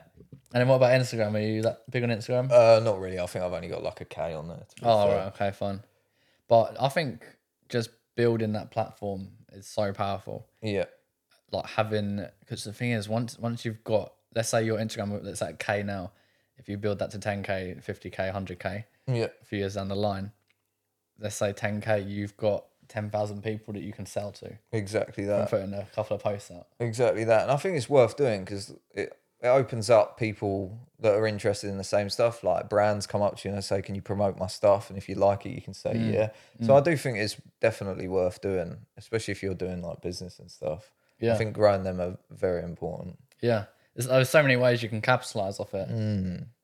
And then what about Instagram? Are you that big on Instagram?
Uh, not really. I think I've only got like a K on there. To be
Oh, all
fair.
right, okay, fine. But I think just building that platform is so powerful.
Yeah.
Like having, because the thing is, once once you've got, let's say your Instagram that's at K now, if you build that to 10K, 50K, 100K,
Yeah.
a few years down the line, let's say 10K, you've got 10,000 people that you can sell to,
Exactly that.
putting a couple of posts out.
Exactly that. And I think it's worth doing because it, it opens up people that are interested in the same stuff. Like brands come up to you and they say, Can you promote my stuff? And if you like it, you can say, Yeah. So I do think it's definitely worth doing, especially if you're doing like business and stuff. I
Yeah.
think growing them are very important.
Yeah. There's, there's so many ways you can capitalize off it.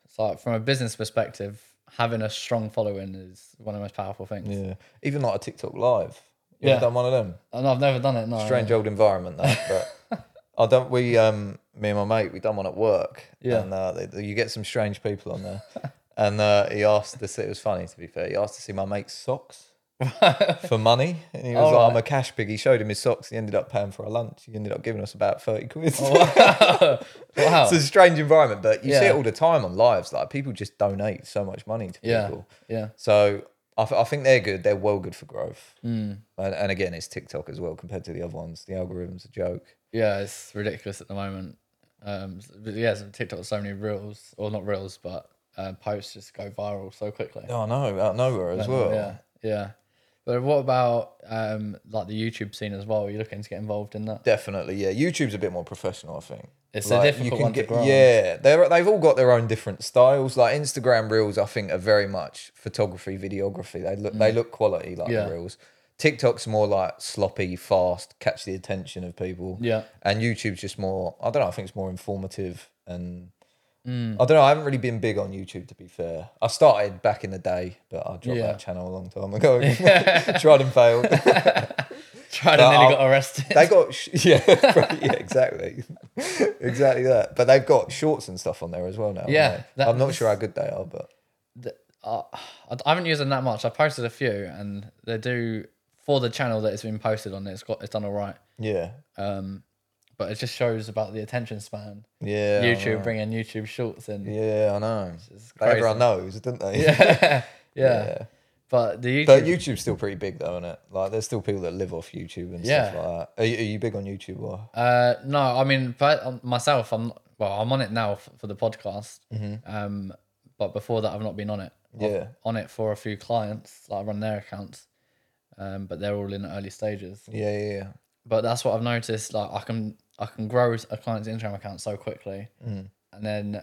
So, like, from a business perspective, having a strong following is one of the most powerful things.
Yeah. Even like a TikTok live. You yeah.
Yeah.
done one of them?
And I've never done it. No.
strange old environment that but I don't we um me and my mate we done one at work
Yeah.
and uh, they- you get some strange people on there and uh, he asked to see it was funny to be fair he asked to see my mate's socks for money and he was
Oh,
like I'm a cash pig he showed him his socks he ended up paying for our lunch he ended up giving us about 30 quid
Oh, Wow.
it's a strange environment but you see
Yeah.
it all the time on lives like people just donate so much money to
yeah.
people
Yeah.
so I, th- I think they're good. They're well good for growth. And, and again, it's TikTok as well compared to the other ones. The algorithm's a joke.
Yeah. It's ridiculous at the moment. Um, but yeah, so TikTok, so many reels, or not reels, but uh, posts just go viral so quickly.
Oh no, out of nowhere as well.
Yeah. Yeah. But what about um, like the YouTube scene as well? Are you looking to get involved in that?
Definitely, yeah. YouTube's a bit more professional, I think.
It's a difficult one to grow on.
Yeah, they're, they've all got their own different styles. Like Instagram reels, I think, are very much photography, videography. They look they look quality like
Mm. Yeah.
the reels. TikTok's more like sloppy, fast, catch the attention of people.
Yeah.
and YouTube's just more. I don't know. I think it's more informative, and
Mm.
I don't know. I haven't really been big on YouTube to be fair. I started back in the day, but I dropped
Yeah.
that channel a long time ago. Tried and failed.
Tried and nearly
I'll-
got arrested.
they got sh- yeah, right, yeah, exactly, exactly that. But they've got shorts and stuff on there as well now. haven't
Yeah,
they?
that-
I'm not sure how good they are, but
uh, I I haven't used them that much. I posted a few, and they do for the channel that it's been posted on. It's got it's done all right,
yeah,
um, but it just shows about the attention span.
yeah, I
YouTube
know.
bringing YouTube Shorts in.
Yeah, I know.
is
But Everyone knows, don't they?
Yeah. yeah,
Yeah.
But the YouTube,
But YouTube's still pretty big though, isn't it? Like there's still people that live off YouTube and
Yeah.
stuff like that. Are you, are you big on YouTube or?
uh, no, I mean, but um, myself, I'm well, I'm on it now f- for the podcast. Um, but before that, I've not been on it. I've-
Yeah.
on it for a few clients. Like I run their accounts, um, but they're all in early stages.
Yeah, yeah, yeah.
but that's what I've noticed. Like I can I can grow a client's Instagram account so quickly, and then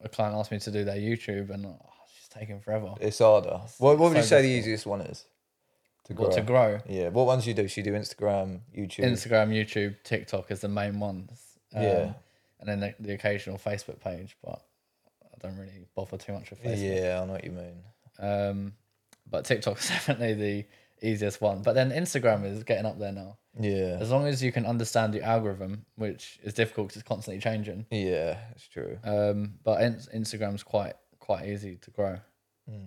a client asked me to do their YouTube, and oh, it's just taking forever.
It's harder. What, what would
so
you say the
difficult.
easiest one is? To
What to grow?
Yeah. What ones do you do? So you do Instagram, YouTube.
Instagram, YouTube, TikTok is the main ones. Um,
Yeah.
And then the, the occasional Facebook page, but I don't really bother too much with Facebook.
yeah, I know what you mean.
Um, but TikTok's definitely the easiest one. But then Instagram is getting up there now.
Yeah.
As long as you can understand the algorithm, which is difficult because it's constantly changing.
Yeah, it's true.
Um, but in- Instagram's quite quite easy to grow.
Hmm.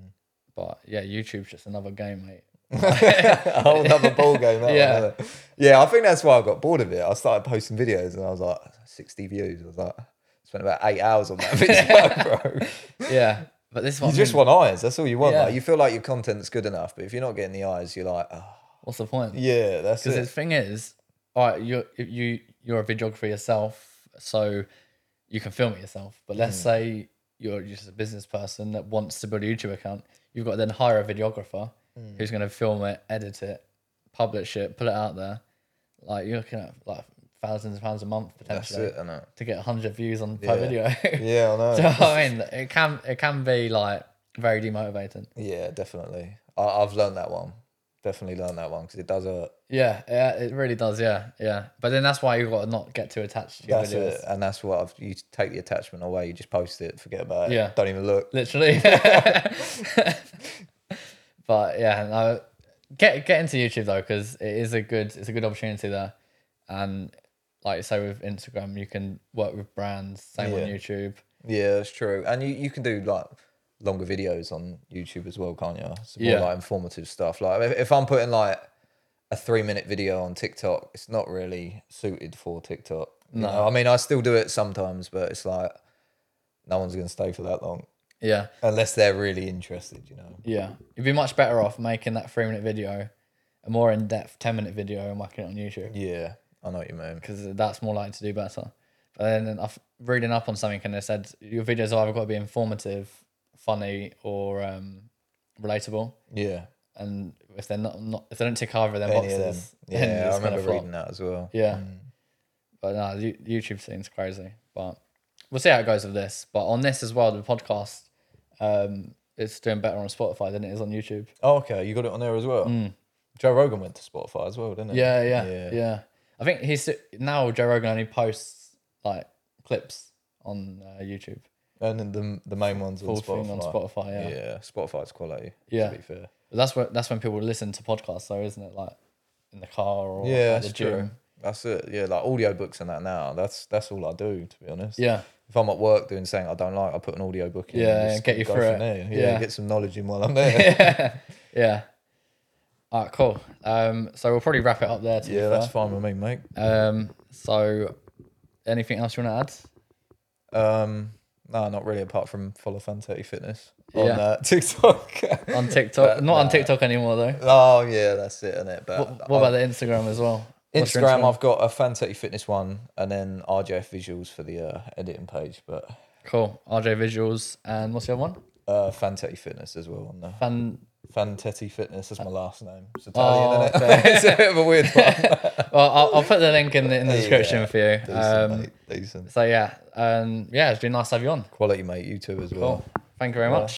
But yeah, YouTube's just another game, mate.
a whole another ball game. That
Yeah.
yeah, yeah. I think that's why I got bored of it. I started posting videos, and I was like, sixty views. I was like, spent about eight hours on that video, bro.
Yeah, but this
You
one,
just want eyes. That's all you want.
Yeah.
Like, you feel like your content's good enough, but if you're not getting the eyes, you're like, oh,
what's the point?
yeah, that's
Because the
it.
thing is, all right, you're if you you're a videographer yourself, so you can film it yourself. But
Mm.
let's say you're just a business person that wants to build a YouTube account. You've got to then hire a videographer
Mm.
who's going to film it, edit it, publish it, put it out there. Like you're looking at like thousands of pounds a month
That's
potentially
it. I know.
to get hundred views on per
Yeah.
video.
Yeah, I know.
Do you know what I mean? It can it can be like very demotivating.
Yeah, definitely. I, I've learned that one. Definitely learned that one because it does hurt.
Yeah, yeah, it really does. Yeah, yeah. But then that's why you've got to not get too attached to your
That's
videos.
it. And that's what I've, you take the attachment away. You just post it, forget about it.
Yeah.
Don't even look.
literally. but yeah, no, get get into YouTube though because it is a good it's a good opportunity there, and like you say with Instagram, you can work with brands. Same on
Yeah.
YouTube.
Yeah, that's true. And you, you can do like longer videos on YouTube as well, can't you? It's more
Yeah.
like informative stuff. Like if, if I'm putting like a three minute video on TikTok, it's not really suited for TikTok. No. I mean, I still do it sometimes, but it's like no one's going to stay for that long
Yeah,
unless they're really interested, you know?
yeah. You'd be much better off making that three minute video, a more in depth ten minute video, and working it on YouTube
Yeah, I know what you mean.
because that's more likely to do better. But then then I've reading up on something and they said your videos have either got to be informative, funny, or um, relatable.
Yeah.
and if they're not, not if they don't tick either of them
Any
boxes,
of them.
then it's
Yeah, I
gonna
remember
flop.
reading that Mm. as well.
Yeah, but no, the YouTube thing's crazy. But we'll see how it goes with this. But on this as well, the podcast, um, it's doing better on Spotify than it is on YouTube.
Oh, okay. You got it on there as well. Joe Rogan went to Spotify as well, didn't he?
Mm. Yeah, yeah, yeah.
Yeah.
I think he's now Joe Rogan only posts like clips on uh, YouTube.
And then the, the main ones on
Full
Spotify.
thing on Spotify. Yeah.
Yeah. Spotify's quality.
Yeah.
To be fair.
But that's when that's when people listen to podcasts, though, isn't it? Like in the car or
Yeah,
at the
that's
gym.
true. That's it. Yeah, like audiobooks and that now. That's that's all I do, to be honest.
Yeah,
If I'm at work doing something I don't like, I put an audiobook in. and
Yeah,
just
get you
go
through
from
it.
There. Yeah,
Yeah.
get some knowledge in while I'm there.
yeah. All right, cool. Um, so we'll probably wrap it up there. To be
yeah, that's
fair.
fine with me, mate.
Um, so anything else you want to add?
Um, no, not really. Apart from follow Fantasy Fitness on
Yeah.
uh, TikTok.
On TikTok,
But,
not on
nah.
TikTok anymore though.
oh yeah, that's it, innit? But uh,
What about the Instagram as well? What's your
Instagram, I've got a Fantasy Fitness one, and then RJF Visuals for the uh, editing page. But
cool. RJ Visuals and what's the other one?
uh, Fantasy Fitness as well on there.
Fan.
Fantetti Fitness is my last name. It's
Oh,
Italian, innit? it's a bit of a weird one.
Well, oh, I'll, I'll put the link in the, in the description
Yeah,
for you.
Decent,
Um,
mate. Decent.
so yeah, um, yeah, it's been nice to have you on.
Quality, mate. You too as well.
Cool. Thank you very much.